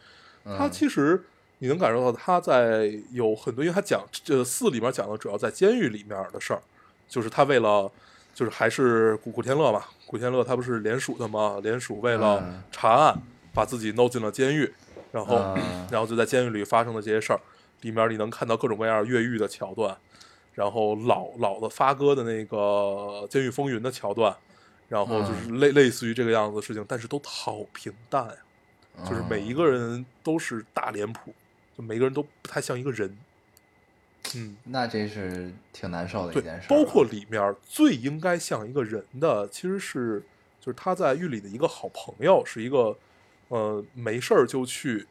[SPEAKER 1] 嗯
[SPEAKER 2] 他其实你能感受到他在呃有很多，因为他讲这四里面讲的主要在监狱里面的事儿，就是他为了就是还是古古天乐嘛，古天乐他不是联署的嘛，联署为了
[SPEAKER 1] 嗯
[SPEAKER 2] 查案，把自己弄进了监狱，然后、
[SPEAKER 1] 嗯
[SPEAKER 2] 然后就在监狱里发生的这些事儿，里面你能看到各种各样越狱的桥段，然后老老的发哥的那个《监狱风云》的桥段，然后就是类、类似于这个样子的事情，但是都好平淡呀、啊就是
[SPEAKER 1] 嗯
[SPEAKER 2] 每一个人都是大脸谱，就每个人都不太像一个人。嗯，
[SPEAKER 1] 那这是挺难受的
[SPEAKER 2] 对
[SPEAKER 1] 一件，事儿了，
[SPEAKER 2] 包括里面最应该像一个人的，其实是就是他在狱里的一个好朋友，是一个呃没事儿就去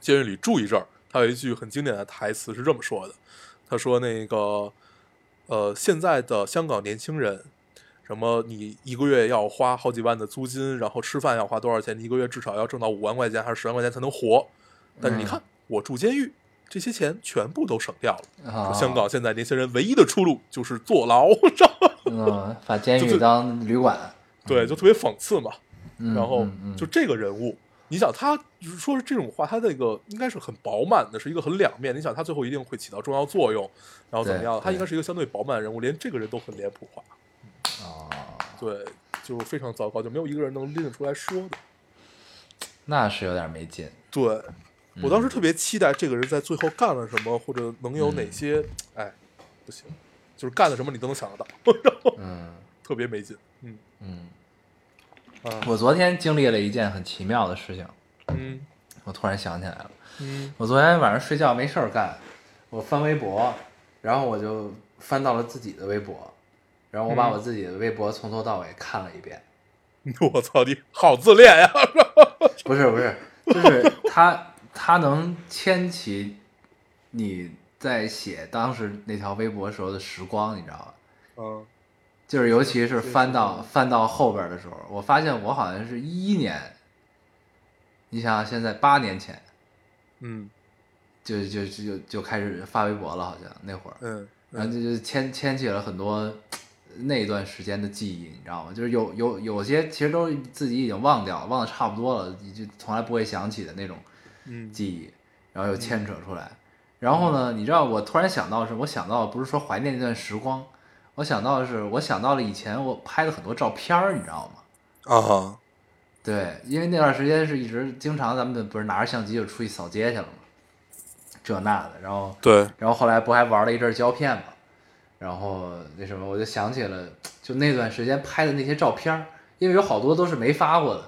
[SPEAKER 2] 监狱里住一阵儿。他有一句很经典的台词是这么说的，他说那个呃现在的香港年轻人。什么？你一个月要花好几万的租金，然后吃饭要花多少钱？你一个月至少要挣到五万块钱还是十万块钱才能活？但是你
[SPEAKER 1] 嗯
[SPEAKER 2] 看，我住监狱，这些钱全部都省掉了。
[SPEAKER 1] 啊
[SPEAKER 2] 说香港现在年轻人唯一的出路就是坐牢， 知道吗？
[SPEAKER 1] 嗯，把监
[SPEAKER 2] 就是
[SPEAKER 1] 狱当旅馆，
[SPEAKER 2] 对，就特别讽刺嘛。
[SPEAKER 1] 嗯
[SPEAKER 2] 然后
[SPEAKER 1] 嗯嗯
[SPEAKER 2] 就这个人物，你想他就是说是这种话，他那个应该是很饱满的，是一个很两面。你想他最后一定会起到重要作用，然后怎么
[SPEAKER 1] 对
[SPEAKER 2] 样？他
[SPEAKER 1] 对
[SPEAKER 2] 应该是一个相对饱满的人物，连这个人都很脸谱化，
[SPEAKER 1] 哦，
[SPEAKER 2] 对，就非常糟糕，就没有一个人能拎得出来说的。
[SPEAKER 1] 那是有点没劲，
[SPEAKER 2] 对我
[SPEAKER 1] 嗯
[SPEAKER 2] 当时特别期待这个人在最后干了什么，或者能有
[SPEAKER 1] 嗯
[SPEAKER 2] 哪些，哎，不行，就是干了什么你都能想得到，然后
[SPEAKER 1] 嗯
[SPEAKER 2] 特别没劲。嗯
[SPEAKER 1] 嗯。
[SPEAKER 2] 啊，
[SPEAKER 1] 我昨天经历了一件很奇妙的事情，
[SPEAKER 2] 嗯
[SPEAKER 1] 我突然想起来了，
[SPEAKER 2] 嗯
[SPEAKER 1] 我昨天晚上睡觉没事儿干，我翻微博，然后我就翻到了自己的微博，然后我把
[SPEAKER 2] 嗯
[SPEAKER 1] 我自己的微博从头到尾看了一遍，
[SPEAKER 2] 我操你，好自恋呀！
[SPEAKER 1] 不是不 是，就是它它能牵起你在写当时那条微博时候的时光，你知道吗？
[SPEAKER 2] 嗯
[SPEAKER 1] 就是尤其是翻到翻到后边的时候，我发现我好像是一一年，你想想现在八年前
[SPEAKER 2] 嗯
[SPEAKER 1] 就就就就开始发微博了，好像那会儿，
[SPEAKER 2] 嗯
[SPEAKER 1] 然后就就牵牵起了很多那段时间的记忆，你知道吗？就是有有有些其实都是自己已经忘掉了，忘的差不多了，就从来不会想起的那种
[SPEAKER 2] 嗯
[SPEAKER 1] 记忆，然后又牵扯出来。然后呢，你知道我突然想到的是，我想到的不是说怀念那段时光，我想到的是，我想到了以前我拍的很多照片儿，你知道吗？
[SPEAKER 2] 啊
[SPEAKER 1] 对，因为那段时间是一直经常咱们不是拿着相机就出去扫街去了嘛，这那的，然后
[SPEAKER 2] 对，
[SPEAKER 1] 然后后来不还玩了一阵儿胶片嘛，然后那什么，我就想起了就那段时间拍的那些照片儿，因为有好多都是没发过的，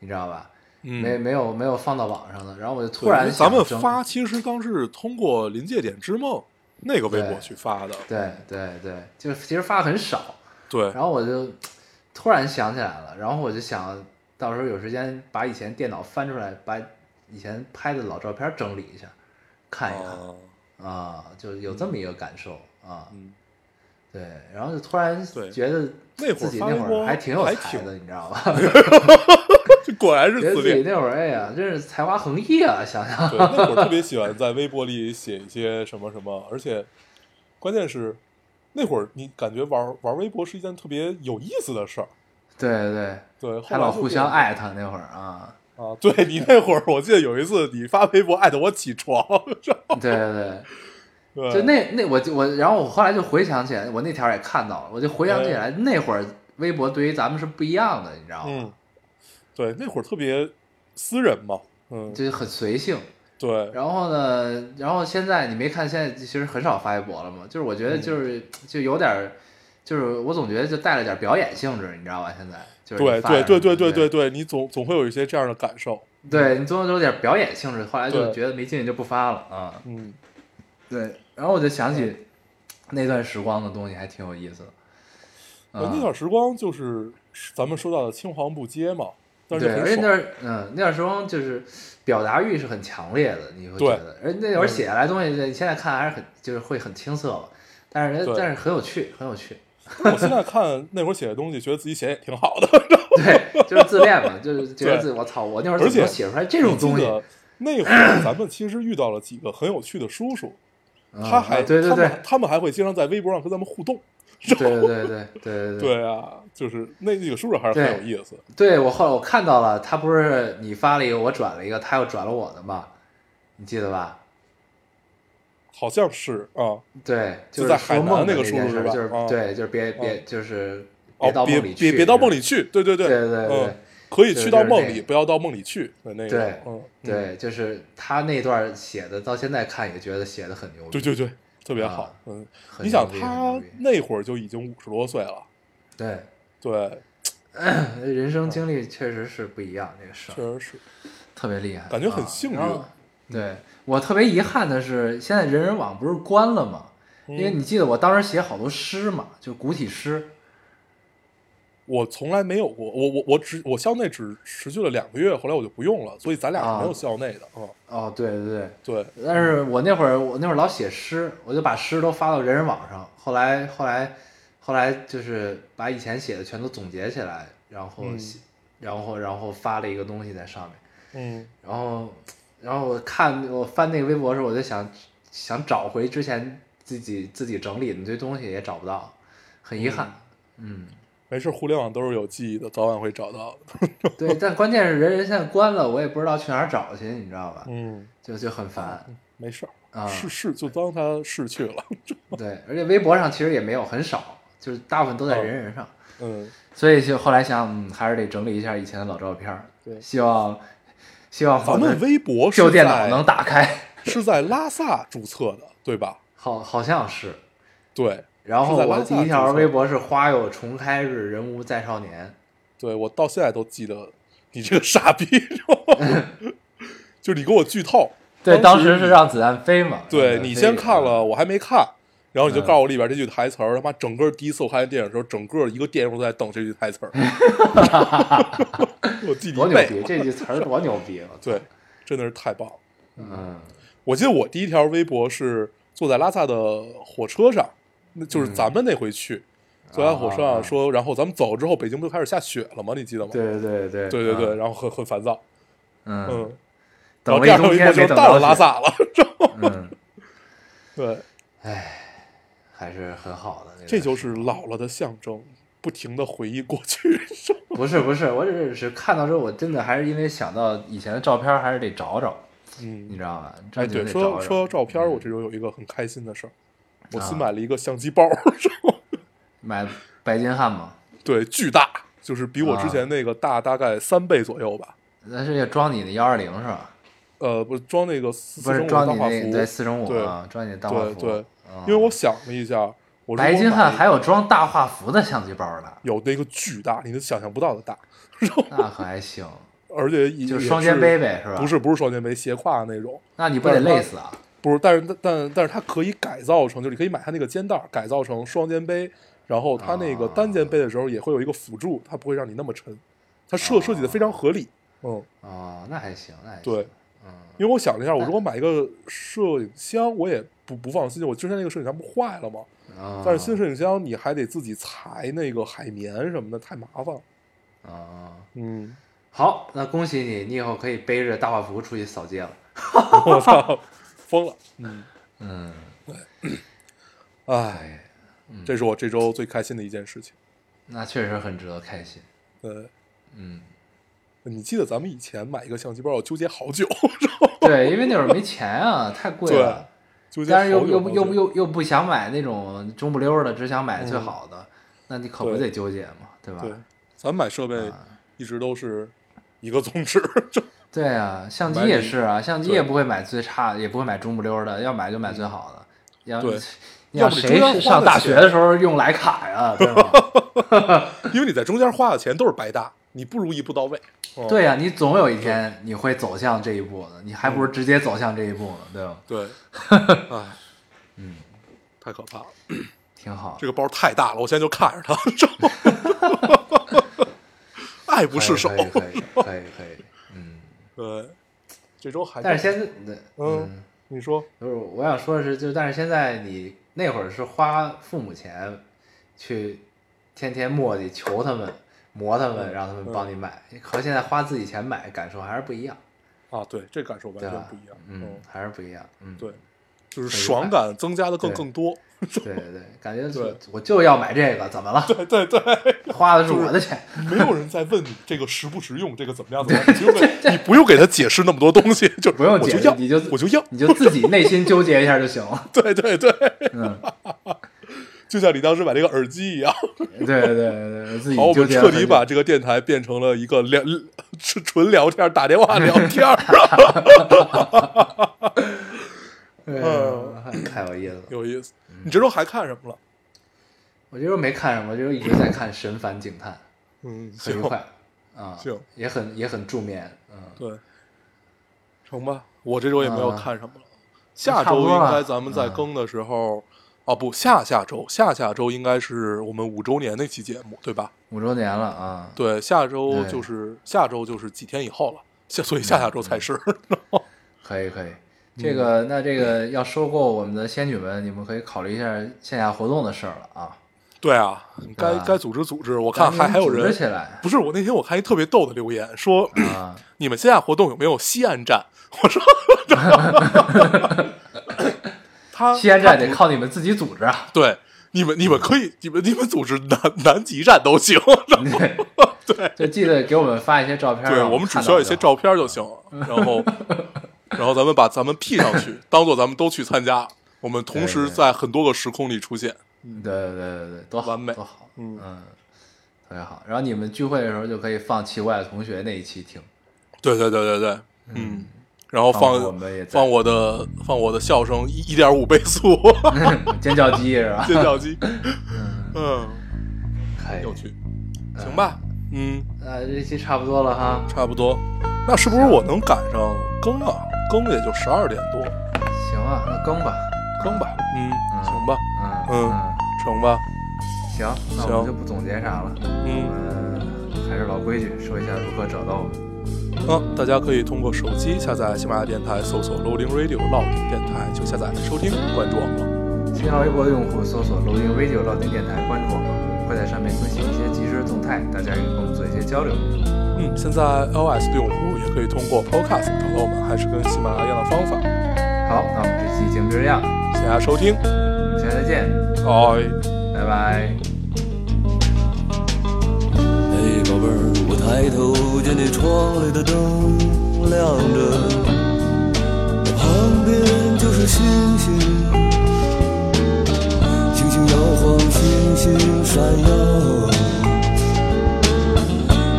[SPEAKER 1] 你知道吧？没
[SPEAKER 2] 嗯，
[SPEAKER 1] 没有没有放到网上的。然后我就突
[SPEAKER 2] 对因
[SPEAKER 1] 然
[SPEAKER 2] 为咱们
[SPEAKER 1] 想征
[SPEAKER 2] 发其实当时是通过《临界点之梦》那个微博
[SPEAKER 1] 对
[SPEAKER 2] 去发的，
[SPEAKER 1] 对对对，就是其实发很少，
[SPEAKER 2] 对，
[SPEAKER 1] 然后我就突然想起来了，然后我就想到时候有时间把以前电脑翻出来，把以前拍的老照片整理一下，看一 看
[SPEAKER 2] 啊
[SPEAKER 1] 啊、就有这么一个感受啊。
[SPEAKER 2] 嗯，
[SPEAKER 1] 对，然后就突然
[SPEAKER 2] 对
[SPEAKER 1] 觉得
[SPEAKER 2] 那会儿
[SPEAKER 1] 自己
[SPEAKER 2] 发
[SPEAKER 1] 那
[SPEAKER 2] 微
[SPEAKER 1] 会
[SPEAKER 2] 博
[SPEAKER 1] 儿还挺有
[SPEAKER 2] 还
[SPEAKER 1] 才
[SPEAKER 2] 挺
[SPEAKER 1] 的，你知道吧？
[SPEAKER 2] 这果然是
[SPEAKER 1] 觉得
[SPEAKER 2] 自
[SPEAKER 1] 自己
[SPEAKER 2] 恋。
[SPEAKER 1] 那会儿哎呀，真是才华横溢啊！想想，
[SPEAKER 2] 对，那会儿特别喜欢在微博里写一些什么什么，而且关键是那会儿你感觉玩玩微博是一件特别有意思的事儿，
[SPEAKER 1] 对对，
[SPEAKER 2] 对，后
[SPEAKER 1] 还
[SPEAKER 2] 来
[SPEAKER 1] 老
[SPEAKER 2] 就
[SPEAKER 1] 互
[SPEAKER 2] 变
[SPEAKER 1] 相
[SPEAKER 2] 成
[SPEAKER 1] 艾特那会儿 啊。
[SPEAKER 2] 啊，对你那会儿，我记得有一次你发微博艾特我起床，是吧？
[SPEAKER 1] 对对对。
[SPEAKER 2] 对
[SPEAKER 1] 就那那我就我，然后我后来就回想起来，我那条也看到了，我就回想起
[SPEAKER 2] 嗯
[SPEAKER 1] 来、那会儿微博对于咱们是不一样的，你知道吗？
[SPEAKER 2] 嗯，对，那会儿特别私人嘛，嗯，
[SPEAKER 1] 就是很随性。
[SPEAKER 2] 对，
[SPEAKER 1] 然后呢，然后现在你没看，现在其实很少发微博了嘛，就是我觉
[SPEAKER 2] 嗯
[SPEAKER 1] 得就是、就有点儿，就是我总觉得就带了点表演性质，你知道吧？现在就是
[SPEAKER 2] 对，
[SPEAKER 1] 你发
[SPEAKER 2] 对，对，对，对，对，
[SPEAKER 1] 对
[SPEAKER 2] 对，你总总会有一些这样的感受，
[SPEAKER 1] 对，你总有点表演性质，后来就
[SPEAKER 2] 对
[SPEAKER 1] 觉得没劲就不发了啊。
[SPEAKER 2] 嗯，
[SPEAKER 1] 对，然后我就想起那段时光的东西还挺有意思的。
[SPEAKER 2] 呃
[SPEAKER 1] 啊
[SPEAKER 2] 那段时光就是咱们说到的青黄不接嘛，但是
[SPEAKER 1] 对，而
[SPEAKER 2] 很
[SPEAKER 1] 且那
[SPEAKER 2] 爽，
[SPEAKER 1] 段嗯那段时光就是表达欲是很强烈的，你会觉
[SPEAKER 2] 对嗯
[SPEAKER 1] 得，而那会儿写下来的东西，你现在看还是很就是会很青涩吧，但是
[SPEAKER 2] 对
[SPEAKER 1] 但是很有趣，很有趣。
[SPEAKER 2] 我现在看那会儿写的东西，觉得自己写得也挺好的。
[SPEAKER 1] 对，就是自恋嘛，就是觉得
[SPEAKER 2] 对
[SPEAKER 1] 自己我操， 我那会儿怎
[SPEAKER 2] 而
[SPEAKER 1] 么
[SPEAKER 2] 且
[SPEAKER 1] 能写出来这种东西？
[SPEAKER 2] 那 会儿咱们其实遇到了几个很有趣的叔叔，
[SPEAKER 1] 嗯
[SPEAKER 2] 他还
[SPEAKER 1] 啊对对
[SPEAKER 2] 他
[SPEAKER 1] 对
[SPEAKER 2] 们他们还会经常在微博上和咱们互动，
[SPEAKER 1] 对对对对对对
[SPEAKER 2] 对啊，就是那那个叔叔还是很有意思，
[SPEAKER 1] 对，我后来我看到了，他不是你发了一个，我转了一个，他又转了我的嘛，你记得吧？
[SPEAKER 2] 好像是啊，
[SPEAKER 1] 对，
[SPEAKER 2] 就是在
[SPEAKER 1] 说
[SPEAKER 2] 海南
[SPEAKER 1] 梦的
[SPEAKER 2] 那个
[SPEAKER 1] 那
[SPEAKER 2] 叔
[SPEAKER 1] 件
[SPEAKER 2] 叔
[SPEAKER 1] 事儿
[SPEAKER 2] 吧
[SPEAKER 1] 就是
[SPEAKER 2] 啊
[SPEAKER 1] 对，就是别
[SPEAKER 2] 啊
[SPEAKER 1] 别就是
[SPEAKER 2] 哦，
[SPEAKER 1] 到
[SPEAKER 2] 别
[SPEAKER 1] 梦里去，
[SPEAKER 2] 别别到
[SPEAKER 1] 是吧
[SPEAKER 2] 梦里去，对对对
[SPEAKER 1] 对对对
[SPEAKER 2] 嗯，可以
[SPEAKER 1] 对
[SPEAKER 2] 去
[SPEAKER 1] 就
[SPEAKER 2] 到
[SPEAKER 1] 是
[SPEAKER 2] 梦
[SPEAKER 1] 那
[SPEAKER 2] 里，
[SPEAKER 1] 个
[SPEAKER 2] 不要到梦里去的那
[SPEAKER 1] 对
[SPEAKER 2] 个，嗯，嗯
[SPEAKER 1] 对，就是他那段写的，到现在看也觉得写的很牛
[SPEAKER 2] 对
[SPEAKER 1] 逼。
[SPEAKER 2] 对对，特别
[SPEAKER 1] 啊
[SPEAKER 2] 好，嗯，
[SPEAKER 1] 很
[SPEAKER 2] 你想
[SPEAKER 1] 牛逼很
[SPEAKER 2] 他
[SPEAKER 1] 牛逼
[SPEAKER 2] 那会儿就已经五十多岁了，
[SPEAKER 1] 对，
[SPEAKER 2] 对，
[SPEAKER 1] 人生经历确实是不一样，这个事
[SPEAKER 2] 确
[SPEAKER 1] 儿
[SPEAKER 2] 实是，
[SPEAKER 1] 特别厉害，
[SPEAKER 2] 感觉很
[SPEAKER 1] 啊
[SPEAKER 2] 幸运
[SPEAKER 1] 然后对我特别遗憾的是，现在人人网不是关了吗？因为
[SPEAKER 2] 嗯
[SPEAKER 1] 你记得我当时写好多诗嘛，就古体诗。
[SPEAKER 2] 我从来没有过，我我我只我校内只持续了两个月，后来我就不用了，所以咱俩是没有
[SPEAKER 1] 啊
[SPEAKER 2] 校内的，嗯，
[SPEAKER 1] 哦，对对对，
[SPEAKER 2] 对，
[SPEAKER 1] 但是我那会儿我那会儿老写诗，我就把诗都发到人人网上。后来后来后来就是把以前写的全都总结起来，然后
[SPEAKER 2] 嗯
[SPEAKER 1] 写、然后然后发了一个东西在上面。
[SPEAKER 2] 嗯
[SPEAKER 1] 然后然后我看我翻那个微博的时候，我就想想找回之前自己自己整理的那堆东西，也找不到，很遗憾。嗯，
[SPEAKER 2] 没事，互联网都是有记忆的，早晚会找到的，
[SPEAKER 1] 嗯对，但关键是人人现在关了，我也不知道去哪儿找去，你知道吧？
[SPEAKER 2] 嗯，
[SPEAKER 1] 就就很烦。
[SPEAKER 2] 没事儿，
[SPEAKER 1] 啊
[SPEAKER 2] 是是，就当他逝去了，
[SPEAKER 1] 对，而且微博上其实也没有很少，就是大部分都在人人上，
[SPEAKER 2] 嗯，
[SPEAKER 1] 所以就后来想，嗯，还是得整理一下以前的老照片儿。
[SPEAKER 2] 对
[SPEAKER 1] 希望希望
[SPEAKER 2] 咱
[SPEAKER 1] 我的
[SPEAKER 2] 们微博是
[SPEAKER 1] 啊旧电脑
[SPEAKER 2] 在
[SPEAKER 1] 能打开，
[SPEAKER 2] 是在拉萨注册的，对吧？
[SPEAKER 1] 好好像是。
[SPEAKER 2] 对，
[SPEAKER 1] 然后
[SPEAKER 2] 是在拉
[SPEAKER 1] 我
[SPEAKER 2] 萨
[SPEAKER 1] 第一条
[SPEAKER 2] 注册
[SPEAKER 1] 微博是“花有重开日，人无再少年
[SPEAKER 2] 对我到现在都记得你这个傻逼， 就是你给我剧透”。。
[SPEAKER 1] 对，当时
[SPEAKER 2] 你
[SPEAKER 1] 是让子弹飞嘛。
[SPEAKER 2] 对
[SPEAKER 1] 让子弹
[SPEAKER 2] 你
[SPEAKER 1] 飞
[SPEAKER 2] 先看了，。我还没看，然后你就
[SPEAKER 1] 嗯
[SPEAKER 2] 告诉我里边这句台词儿，他妈整个第一次我看这电影的时候，整个一个电影都在等这句 台词儿，我记你
[SPEAKER 1] 多牛逼！
[SPEAKER 2] 背，
[SPEAKER 1] 这句词儿多牛 逼！啊我操，
[SPEAKER 2] 对，真的是太棒了。
[SPEAKER 1] 嗯，
[SPEAKER 2] 我记得我第一条微博是坐在拉萨的火车上，那就是咱们那回去，坐在火车
[SPEAKER 1] 啊啊
[SPEAKER 2] 上
[SPEAKER 1] 嗯啊
[SPEAKER 2] 说，然后咱们走之后，北京不就开始下雪了吗？你记得吗？
[SPEAKER 1] 对对对对啊
[SPEAKER 2] 对对对，，然后很很烦躁，
[SPEAKER 1] 嗯，嗯
[SPEAKER 2] 嗯，然
[SPEAKER 1] 等
[SPEAKER 2] 后
[SPEAKER 1] 了
[SPEAKER 2] 第
[SPEAKER 1] 一
[SPEAKER 2] 二条
[SPEAKER 1] 冬天
[SPEAKER 2] 微博就
[SPEAKER 1] 没等
[SPEAKER 2] 到了
[SPEAKER 1] 到
[SPEAKER 2] 拉
[SPEAKER 1] 雪，
[SPEAKER 2] 萨了，
[SPEAKER 1] 嗯，
[SPEAKER 2] 对，
[SPEAKER 1] 还是很好的。那个
[SPEAKER 2] 这就是老了的象征，不停的回忆过去，
[SPEAKER 1] 不是不是，我只是看到之后，我真的还是因为想到以前的照片，还是得找找，
[SPEAKER 2] 嗯
[SPEAKER 1] 你，知道吧？
[SPEAKER 2] 哎，
[SPEAKER 1] 这就
[SPEAKER 2] 对，
[SPEAKER 1] 得
[SPEAKER 2] 说
[SPEAKER 1] 找
[SPEAKER 2] 说到
[SPEAKER 1] 找。
[SPEAKER 2] 照片儿，我这周有一个很开心的事儿，我新
[SPEAKER 1] 啊
[SPEAKER 2] 买了一个相机包儿，
[SPEAKER 1] 买白金汉嘛，
[SPEAKER 2] 对，巨大，就是比我之
[SPEAKER 1] 啊
[SPEAKER 2] 前那个大大概三倍左右吧。
[SPEAKER 1] 但是也装你的幺二零是吧？
[SPEAKER 2] 呃，不是装那个四
[SPEAKER 1] 不
[SPEAKER 2] 四
[SPEAKER 1] 是
[SPEAKER 2] 乘五
[SPEAKER 1] 装
[SPEAKER 2] 大
[SPEAKER 1] 你
[SPEAKER 2] 画
[SPEAKER 1] 那
[SPEAKER 2] 幅，
[SPEAKER 1] 对四乘五
[SPEAKER 2] 对
[SPEAKER 1] 啊，装你的大画
[SPEAKER 2] 对
[SPEAKER 1] 幅。
[SPEAKER 2] 对
[SPEAKER 1] 嗯
[SPEAKER 2] 因为我想了一下，我如
[SPEAKER 1] 白
[SPEAKER 2] 果
[SPEAKER 1] 金
[SPEAKER 2] 买嗯
[SPEAKER 1] 汉还有装大画幅的相机包的，
[SPEAKER 2] 有那个巨大，你都想象不到的大，
[SPEAKER 1] 那可还行，
[SPEAKER 2] 而且 也
[SPEAKER 1] 就是
[SPEAKER 2] 也
[SPEAKER 1] 双肩
[SPEAKER 2] 是
[SPEAKER 1] 背呗，是吧？
[SPEAKER 2] 不，是不是双肩背，斜挎那种，
[SPEAKER 1] 那你不得累死啊？
[SPEAKER 2] 不是，但是但但是它可以改造成，就是你可以买它那个肩带儿改造成双肩背，然后它那个单肩背的时候也会有一个辅助，它不会让你那么沉，它设设计的非常合理。嗯，
[SPEAKER 1] 哦，嗯那还行，那还行。
[SPEAKER 2] 对，因为我想了一下，我如果买一个摄影箱，我也不不放心，我之前那个摄影箱不坏了吗？
[SPEAKER 1] 啊，
[SPEAKER 2] 但是新摄影箱你还得自己裁那个海绵什么的，太麻烦了。
[SPEAKER 1] 啊，
[SPEAKER 2] 嗯，
[SPEAKER 1] 好，那恭喜你，你以后可以背着大画幅出去扫街了。
[SPEAKER 2] 嗯 我操，疯了。嗯
[SPEAKER 1] 嗯，
[SPEAKER 2] 哎，
[SPEAKER 1] 哎，
[SPEAKER 2] 这是我这周最开心的一件事情。
[SPEAKER 1] 那确实很值得开心。
[SPEAKER 2] 呃，
[SPEAKER 1] 嗯，
[SPEAKER 2] 你记得咱们以前买一个相机包要纠结好久，
[SPEAKER 1] 对，因为那会儿没钱啊，太贵了，
[SPEAKER 2] 纠结好
[SPEAKER 1] 但是
[SPEAKER 2] 久好
[SPEAKER 1] 又
[SPEAKER 2] 久。
[SPEAKER 1] 又又又又不想买那种中不溜儿的，只想买最好的，那你可不
[SPEAKER 2] 嗯对
[SPEAKER 1] 得纠结嘛，对啊吧？
[SPEAKER 2] 对，咱买设备一直都是一个宗旨，就
[SPEAKER 1] 对啊，相机
[SPEAKER 2] 买
[SPEAKER 1] 也
[SPEAKER 2] 你
[SPEAKER 1] 是啊，相机
[SPEAKER 2] 对嗯
[SPEAKER 1] 也不会买最差的，也不会买中不溜儿的，要买就买最好的。要
[SPEAKER 2] 对
[SPEAKER 1] 你
[SPEAKER 2] 要
[SPEAKER 1] 要
[SPEAKER 2] 不你中间
[SPEAKER 1] 谁是
[SPEAKER 2] 花
[SPEAKER 1] 上
[SPEAKER 2] 的
[SPEAKER 1] 大
[SPEAKER 2] 钱
[SPEAKER 1] 学的时候用徕卡呀，对 吧？
[SPEAKER 2] 因为你在中间花的钱都是白搭，你不如一步到位。哦
[SPEAKER 1] 对呀、你总有一天你会走向这一步的，你还不
[SPEAKER 2] 嗯
[SPEAKER 1] 如直接走向这一步呢，对吧？
[SPEAKER 2] 对，哎，嗯，太可怕了，
[SPEAKER 1] 挺好
[SPEAKER 2] 这。个包太大了，我现在就看着它， 知道吗爱不释手
[SPEAKER 1] 可。以可以 可以可以可以，嗯。
[SPEAKER 2] 对，这周还
[SPEAKER 1] 但是现在，嗯
[SPEAKER 2] 嗯，，你说
[SPEAKER 1] 就是我想说的是，就但是现在你那会儿是花父母钱去天天磨叽求他们磨他
[SPEAKER 2] 嗯
[SPEAKER 1] 们，让他们帮你买，和现在花自己钱买感受还是不一样，
[SPEAKER 2] 啊，对，这感受完
[SPEAKER 1] 对
[SPEAKER 2] 全
[SPEAKER 1] 吧嗯
[SPEAKER 2] 不一样？。嗯
[SPEAKER 1] 嗯，还是不一样。嗯，
[SPEAKER 2] 对，就是爽感增加的更
[SPEAKER 1] 对
[SPEAKER 2] 更多。
[SPEAKER 1] 对对对，感觉
[SPEAKER 2] 对
[SPEAKER 1] 我就要买这个，怎么了？
[SPEAKER 2] 对对对，
[SPEAKER 1] 花的是我的钱，
[SPEAKER 2] 没有人在问你这个实不实用，这个怎么样怎么样，你不用给你不用给他解释那么多东西，就
[SPEAKER 1] 不用
[SPEAKER 2] 我
[SPEAKER 1] 解
[SPEAKER 2] 就
[SPEAKER 1] 释
[SPEAKER 2] 要，
[SPEAKER 1] 你就
[SPEAKER 2] 我就 要，
[SPEAKER 1] 你就自己内心纠结一下就行了。
[SPEAKER 2] 对对对，
[SPEAKER 1] 嗯，
[SPEAKER 2] 就像你当时买那个耳机一样。
[SPEAKER 1] 对对对对，自己
[SPEAKER 2] 好，我
[SPEAKER 1] 纠
[SPEAKER 2] 们
[SPEAKER 1] 结了
[SPEAKER 2] 彻
[SPEAKER 1] 很
[SPEAKER 2] 底
[SPEAKER 1] 久
[SPEAKER 2] 把这个电台变成了一个聊纯纯聊天，打电话聊天 儿，
[SPEAKER 1] 对
[SPEAKER 2] 嗯
[SPEAKER 1] 很太有意思了。
[SPEAKER 2] 有意思。你这周还看什么了？
[SPEAKER 1] 我这周没看什么，我这周一直在看《神烦警探
[SPEAKER 2] 嗯，》，
[SPEAKER 1] 很
[SPEAKER 2] 行
[SPEAKER 1] 愉，快 啊，
[SPEAKER 2] 行
[SPEAKER 1] 也很也很助眠，嗯，
[SPEAKER 2] 对，成吧。我这周也没有
[SPEAKER 1] 啊
[SPEAKER 2] 看什么了。下
[SPEAKER 1] 差不
[SPEAKER 2] 周
[SPEAKER 1] 多
[SPEAKER 2] 应
[SPEAKER 1] 了嗯
[SPEAKER 2] 该咱们在更的时候，哦不，下下周，下下周应该是我们五周年那期节目，对吧？
[SPEAKER 1] 五周年了啊，
[SPEAKER 2] 对，下周
[SPEAKER 1] 对嗯
[SPEAKER 2] 就是下周就是几天以后了，下所以下下周才是。
[SPEAKER 1] 可以可以。这个那这个要收购我们的仙女们，你们可以考虑一下线下活动的事儿了啊。
[SPEAKER 2] 对啊，该
[SPEAKER 1] 啊
[SPEAKER 2] 该组织组织。我看还还有
[SPEAKER 1] 组织
[SPEAKER 2] 人
[SPEAKER 1] 起来
[SPEAKER 2] 不是我那天我看一特别逗的留言说，
[SPEAKER 1] 啊，
[SPEAKER 2] 你们线下活动有没有西安站？我说， 他
[SPEAKER 1] 西安站得
[SPEAKER 2] 他不
[SPEAKER 1] 靠你们自己组织啊。
[SPEAKER 2] 对你们你们可以你们你们组织南南极站都行。
[SPEAKER 1] 对，就记得给我们发一些照片儿。
[SPEAKER 2] 对
[SPEAKER 1] 让
[SPEAKER 2] 我们
[SPEAKER 1] 们
[SPEAKER 2] 只需要一些
[SPEAKER 1] 看到就好。
[SPEAKER 2] 照片就行，然后然后咱们把咱们 P 上去，当做咱们都去参加，我们同
[SPEAKER 1] 对
[SPEAKER 2] 时
[SPEAKER 1] 对
[SPEAKER 2] 在很多个时空里出现。
[SPEAKER 1] 对嗯对对对对，多好，
[SPEAKER 2] 完美
[SPEAKER 1] 多好，
[SPEAKER 2] 嗯
[SPEAKER 1] 嗯，特别好。然后你们聚会的时候就可以放奇怪的同学那一期听，
[SPEAKER 2] 对对对对对，嗯，然后
[SPEAKER 1] 放
[SPEAKER 2] 放
[SPEAKER 1] 我们也在
[SPEAKER 2] 放我的放我的笑声一一点五倍 速，
[SPEAKER 1] 尖叫鸡是吧？
[SPEAKER 2] 尖叫鸡，嗯，
[SPEAKER 1] 可以
[SPEAKER 2] 有，趣，行吧，嗯，
[SPEAKER 1] 那这期差不多了哈。
[SPEAKER 2] 差不多，那是不是我能赶上更啊？更也就十二点多，
[SPEAKER 1] 行啊，那更吧，
[SPEAKER 2] 更吧，嗯，
[SPEAKER 1] 嗯
[SPEAKER 2] 行吧，
[SPEAKER 1] 嗯
[SPEAKER 2] 嗯成吧，
[SPEAKER 1] 行，那我们就不总结啥了，
[SPEAKER 2] 嗯
[SPEAKER 1] 嗯，还是老规矩，说一下如何找到我们。
[SPEAKER 2] 嗯，大家可以通过手机下载喜马拉雅电台，搜索 Loading Radio 老丁电台就下载收听，关注我们了。
[SPEAKER 1] 新浪微博的用户搜索 “loading radio” 老丁电台，关注我们，会在上面更新一些即时动态，大家也跟我们做一些交流。
[SPEAKER 2] 嗯，现在 iOS 的用户也可以通过 Podcast 找到我们，还是跟喜马拉雅一样的方法。
[SPEAKER 1] 好，那我们这期节目就这样，
[SPEAKER 2] 谢谢大家收听，
[SPEAKER 1] 下期再见，
[SPEAKER 2] 拜。
[SPEAKER 1] 拜拜。
[SPEAKER 3] 嘿，宝贝儿，我抬头见你窗里的灯亮着，旁边就是星星，星星摇晃，星星闪耀。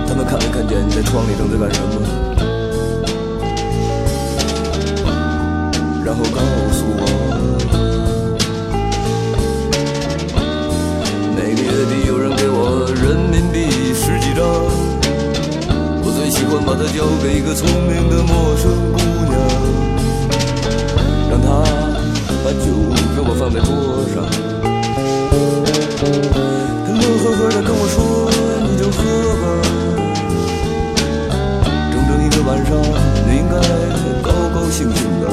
[SPEAKER 3] 他们看没看见你在窗里正在干什么？然后告诉我。每个月底有人给我人民币十几张，我最喜欢把它交给一个聪明的陌生姑娘，让她把酒给我放在桌上，她乐呵呵的跟我说你就喝吧，整整一个晚上你应该高高兴兴的。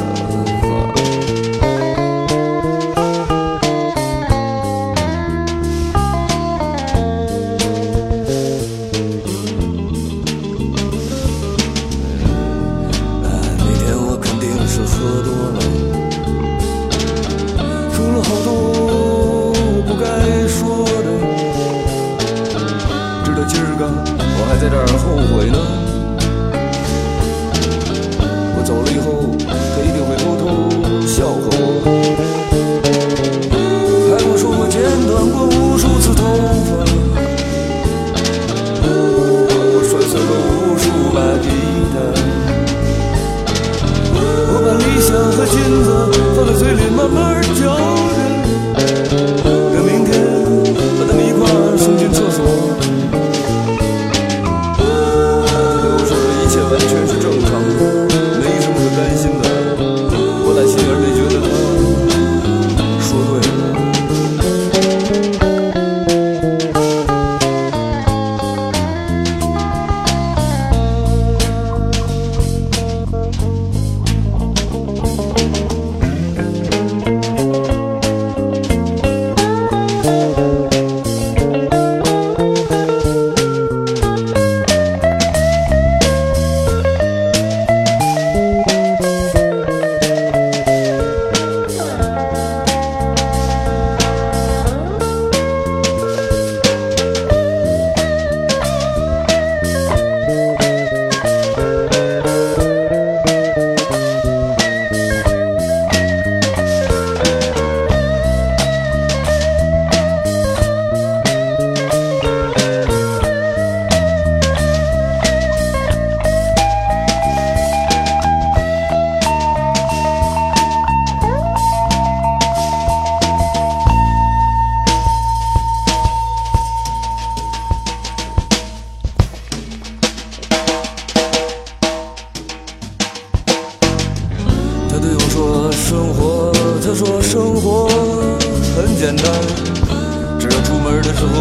[SPEAKER 3] 哎，那天我肯定是喝多了，说了好多我不该说的，直到今儿个我还在这儿后悔呢。我走了以后，他一定会偷偷笑话我，还我说我剪短过无数次头发，我摔碎了无数把吉他。我把理想和金子放在嘴里慢慢嚼着，等明天把它们一块儿送进厕所。他对我说的一切完全是正常的，没什么可担心的，我打心眼儿里觉得他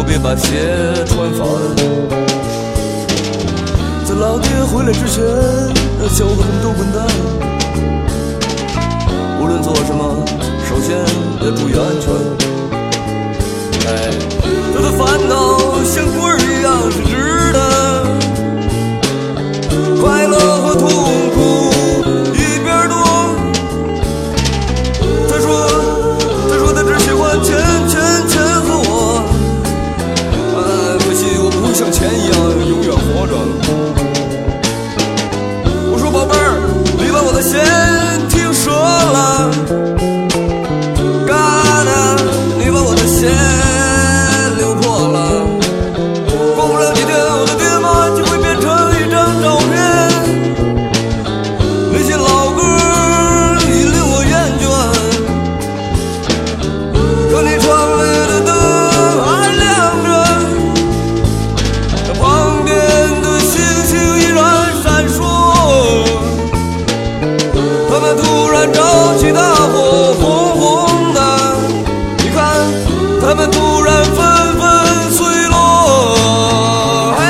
[SPEAKER 3] 别把鞋穿反。在老爹回来之前，让小伙子们都滚蛋。无论做什么，首先要注意安全。哎，他的烦恼像棍儿一样是直的。快乐和痛苦一边儿多。他说，他说他只喜欢钱钱钱和我。哎，可惜我不会像钱一样永远活着。我说宝贝儿，你把我的弦听折了。嘎啦，你把我的弦溜破了。过不了几天，我的爹妈就会变成一张照片。那些老歌儿已令我厌倦，可你窗外的灯还亮着，旁边的星星依然闪烁。他们突然着起大火，红红的。你看，他们突然纷纷碎落。嘿。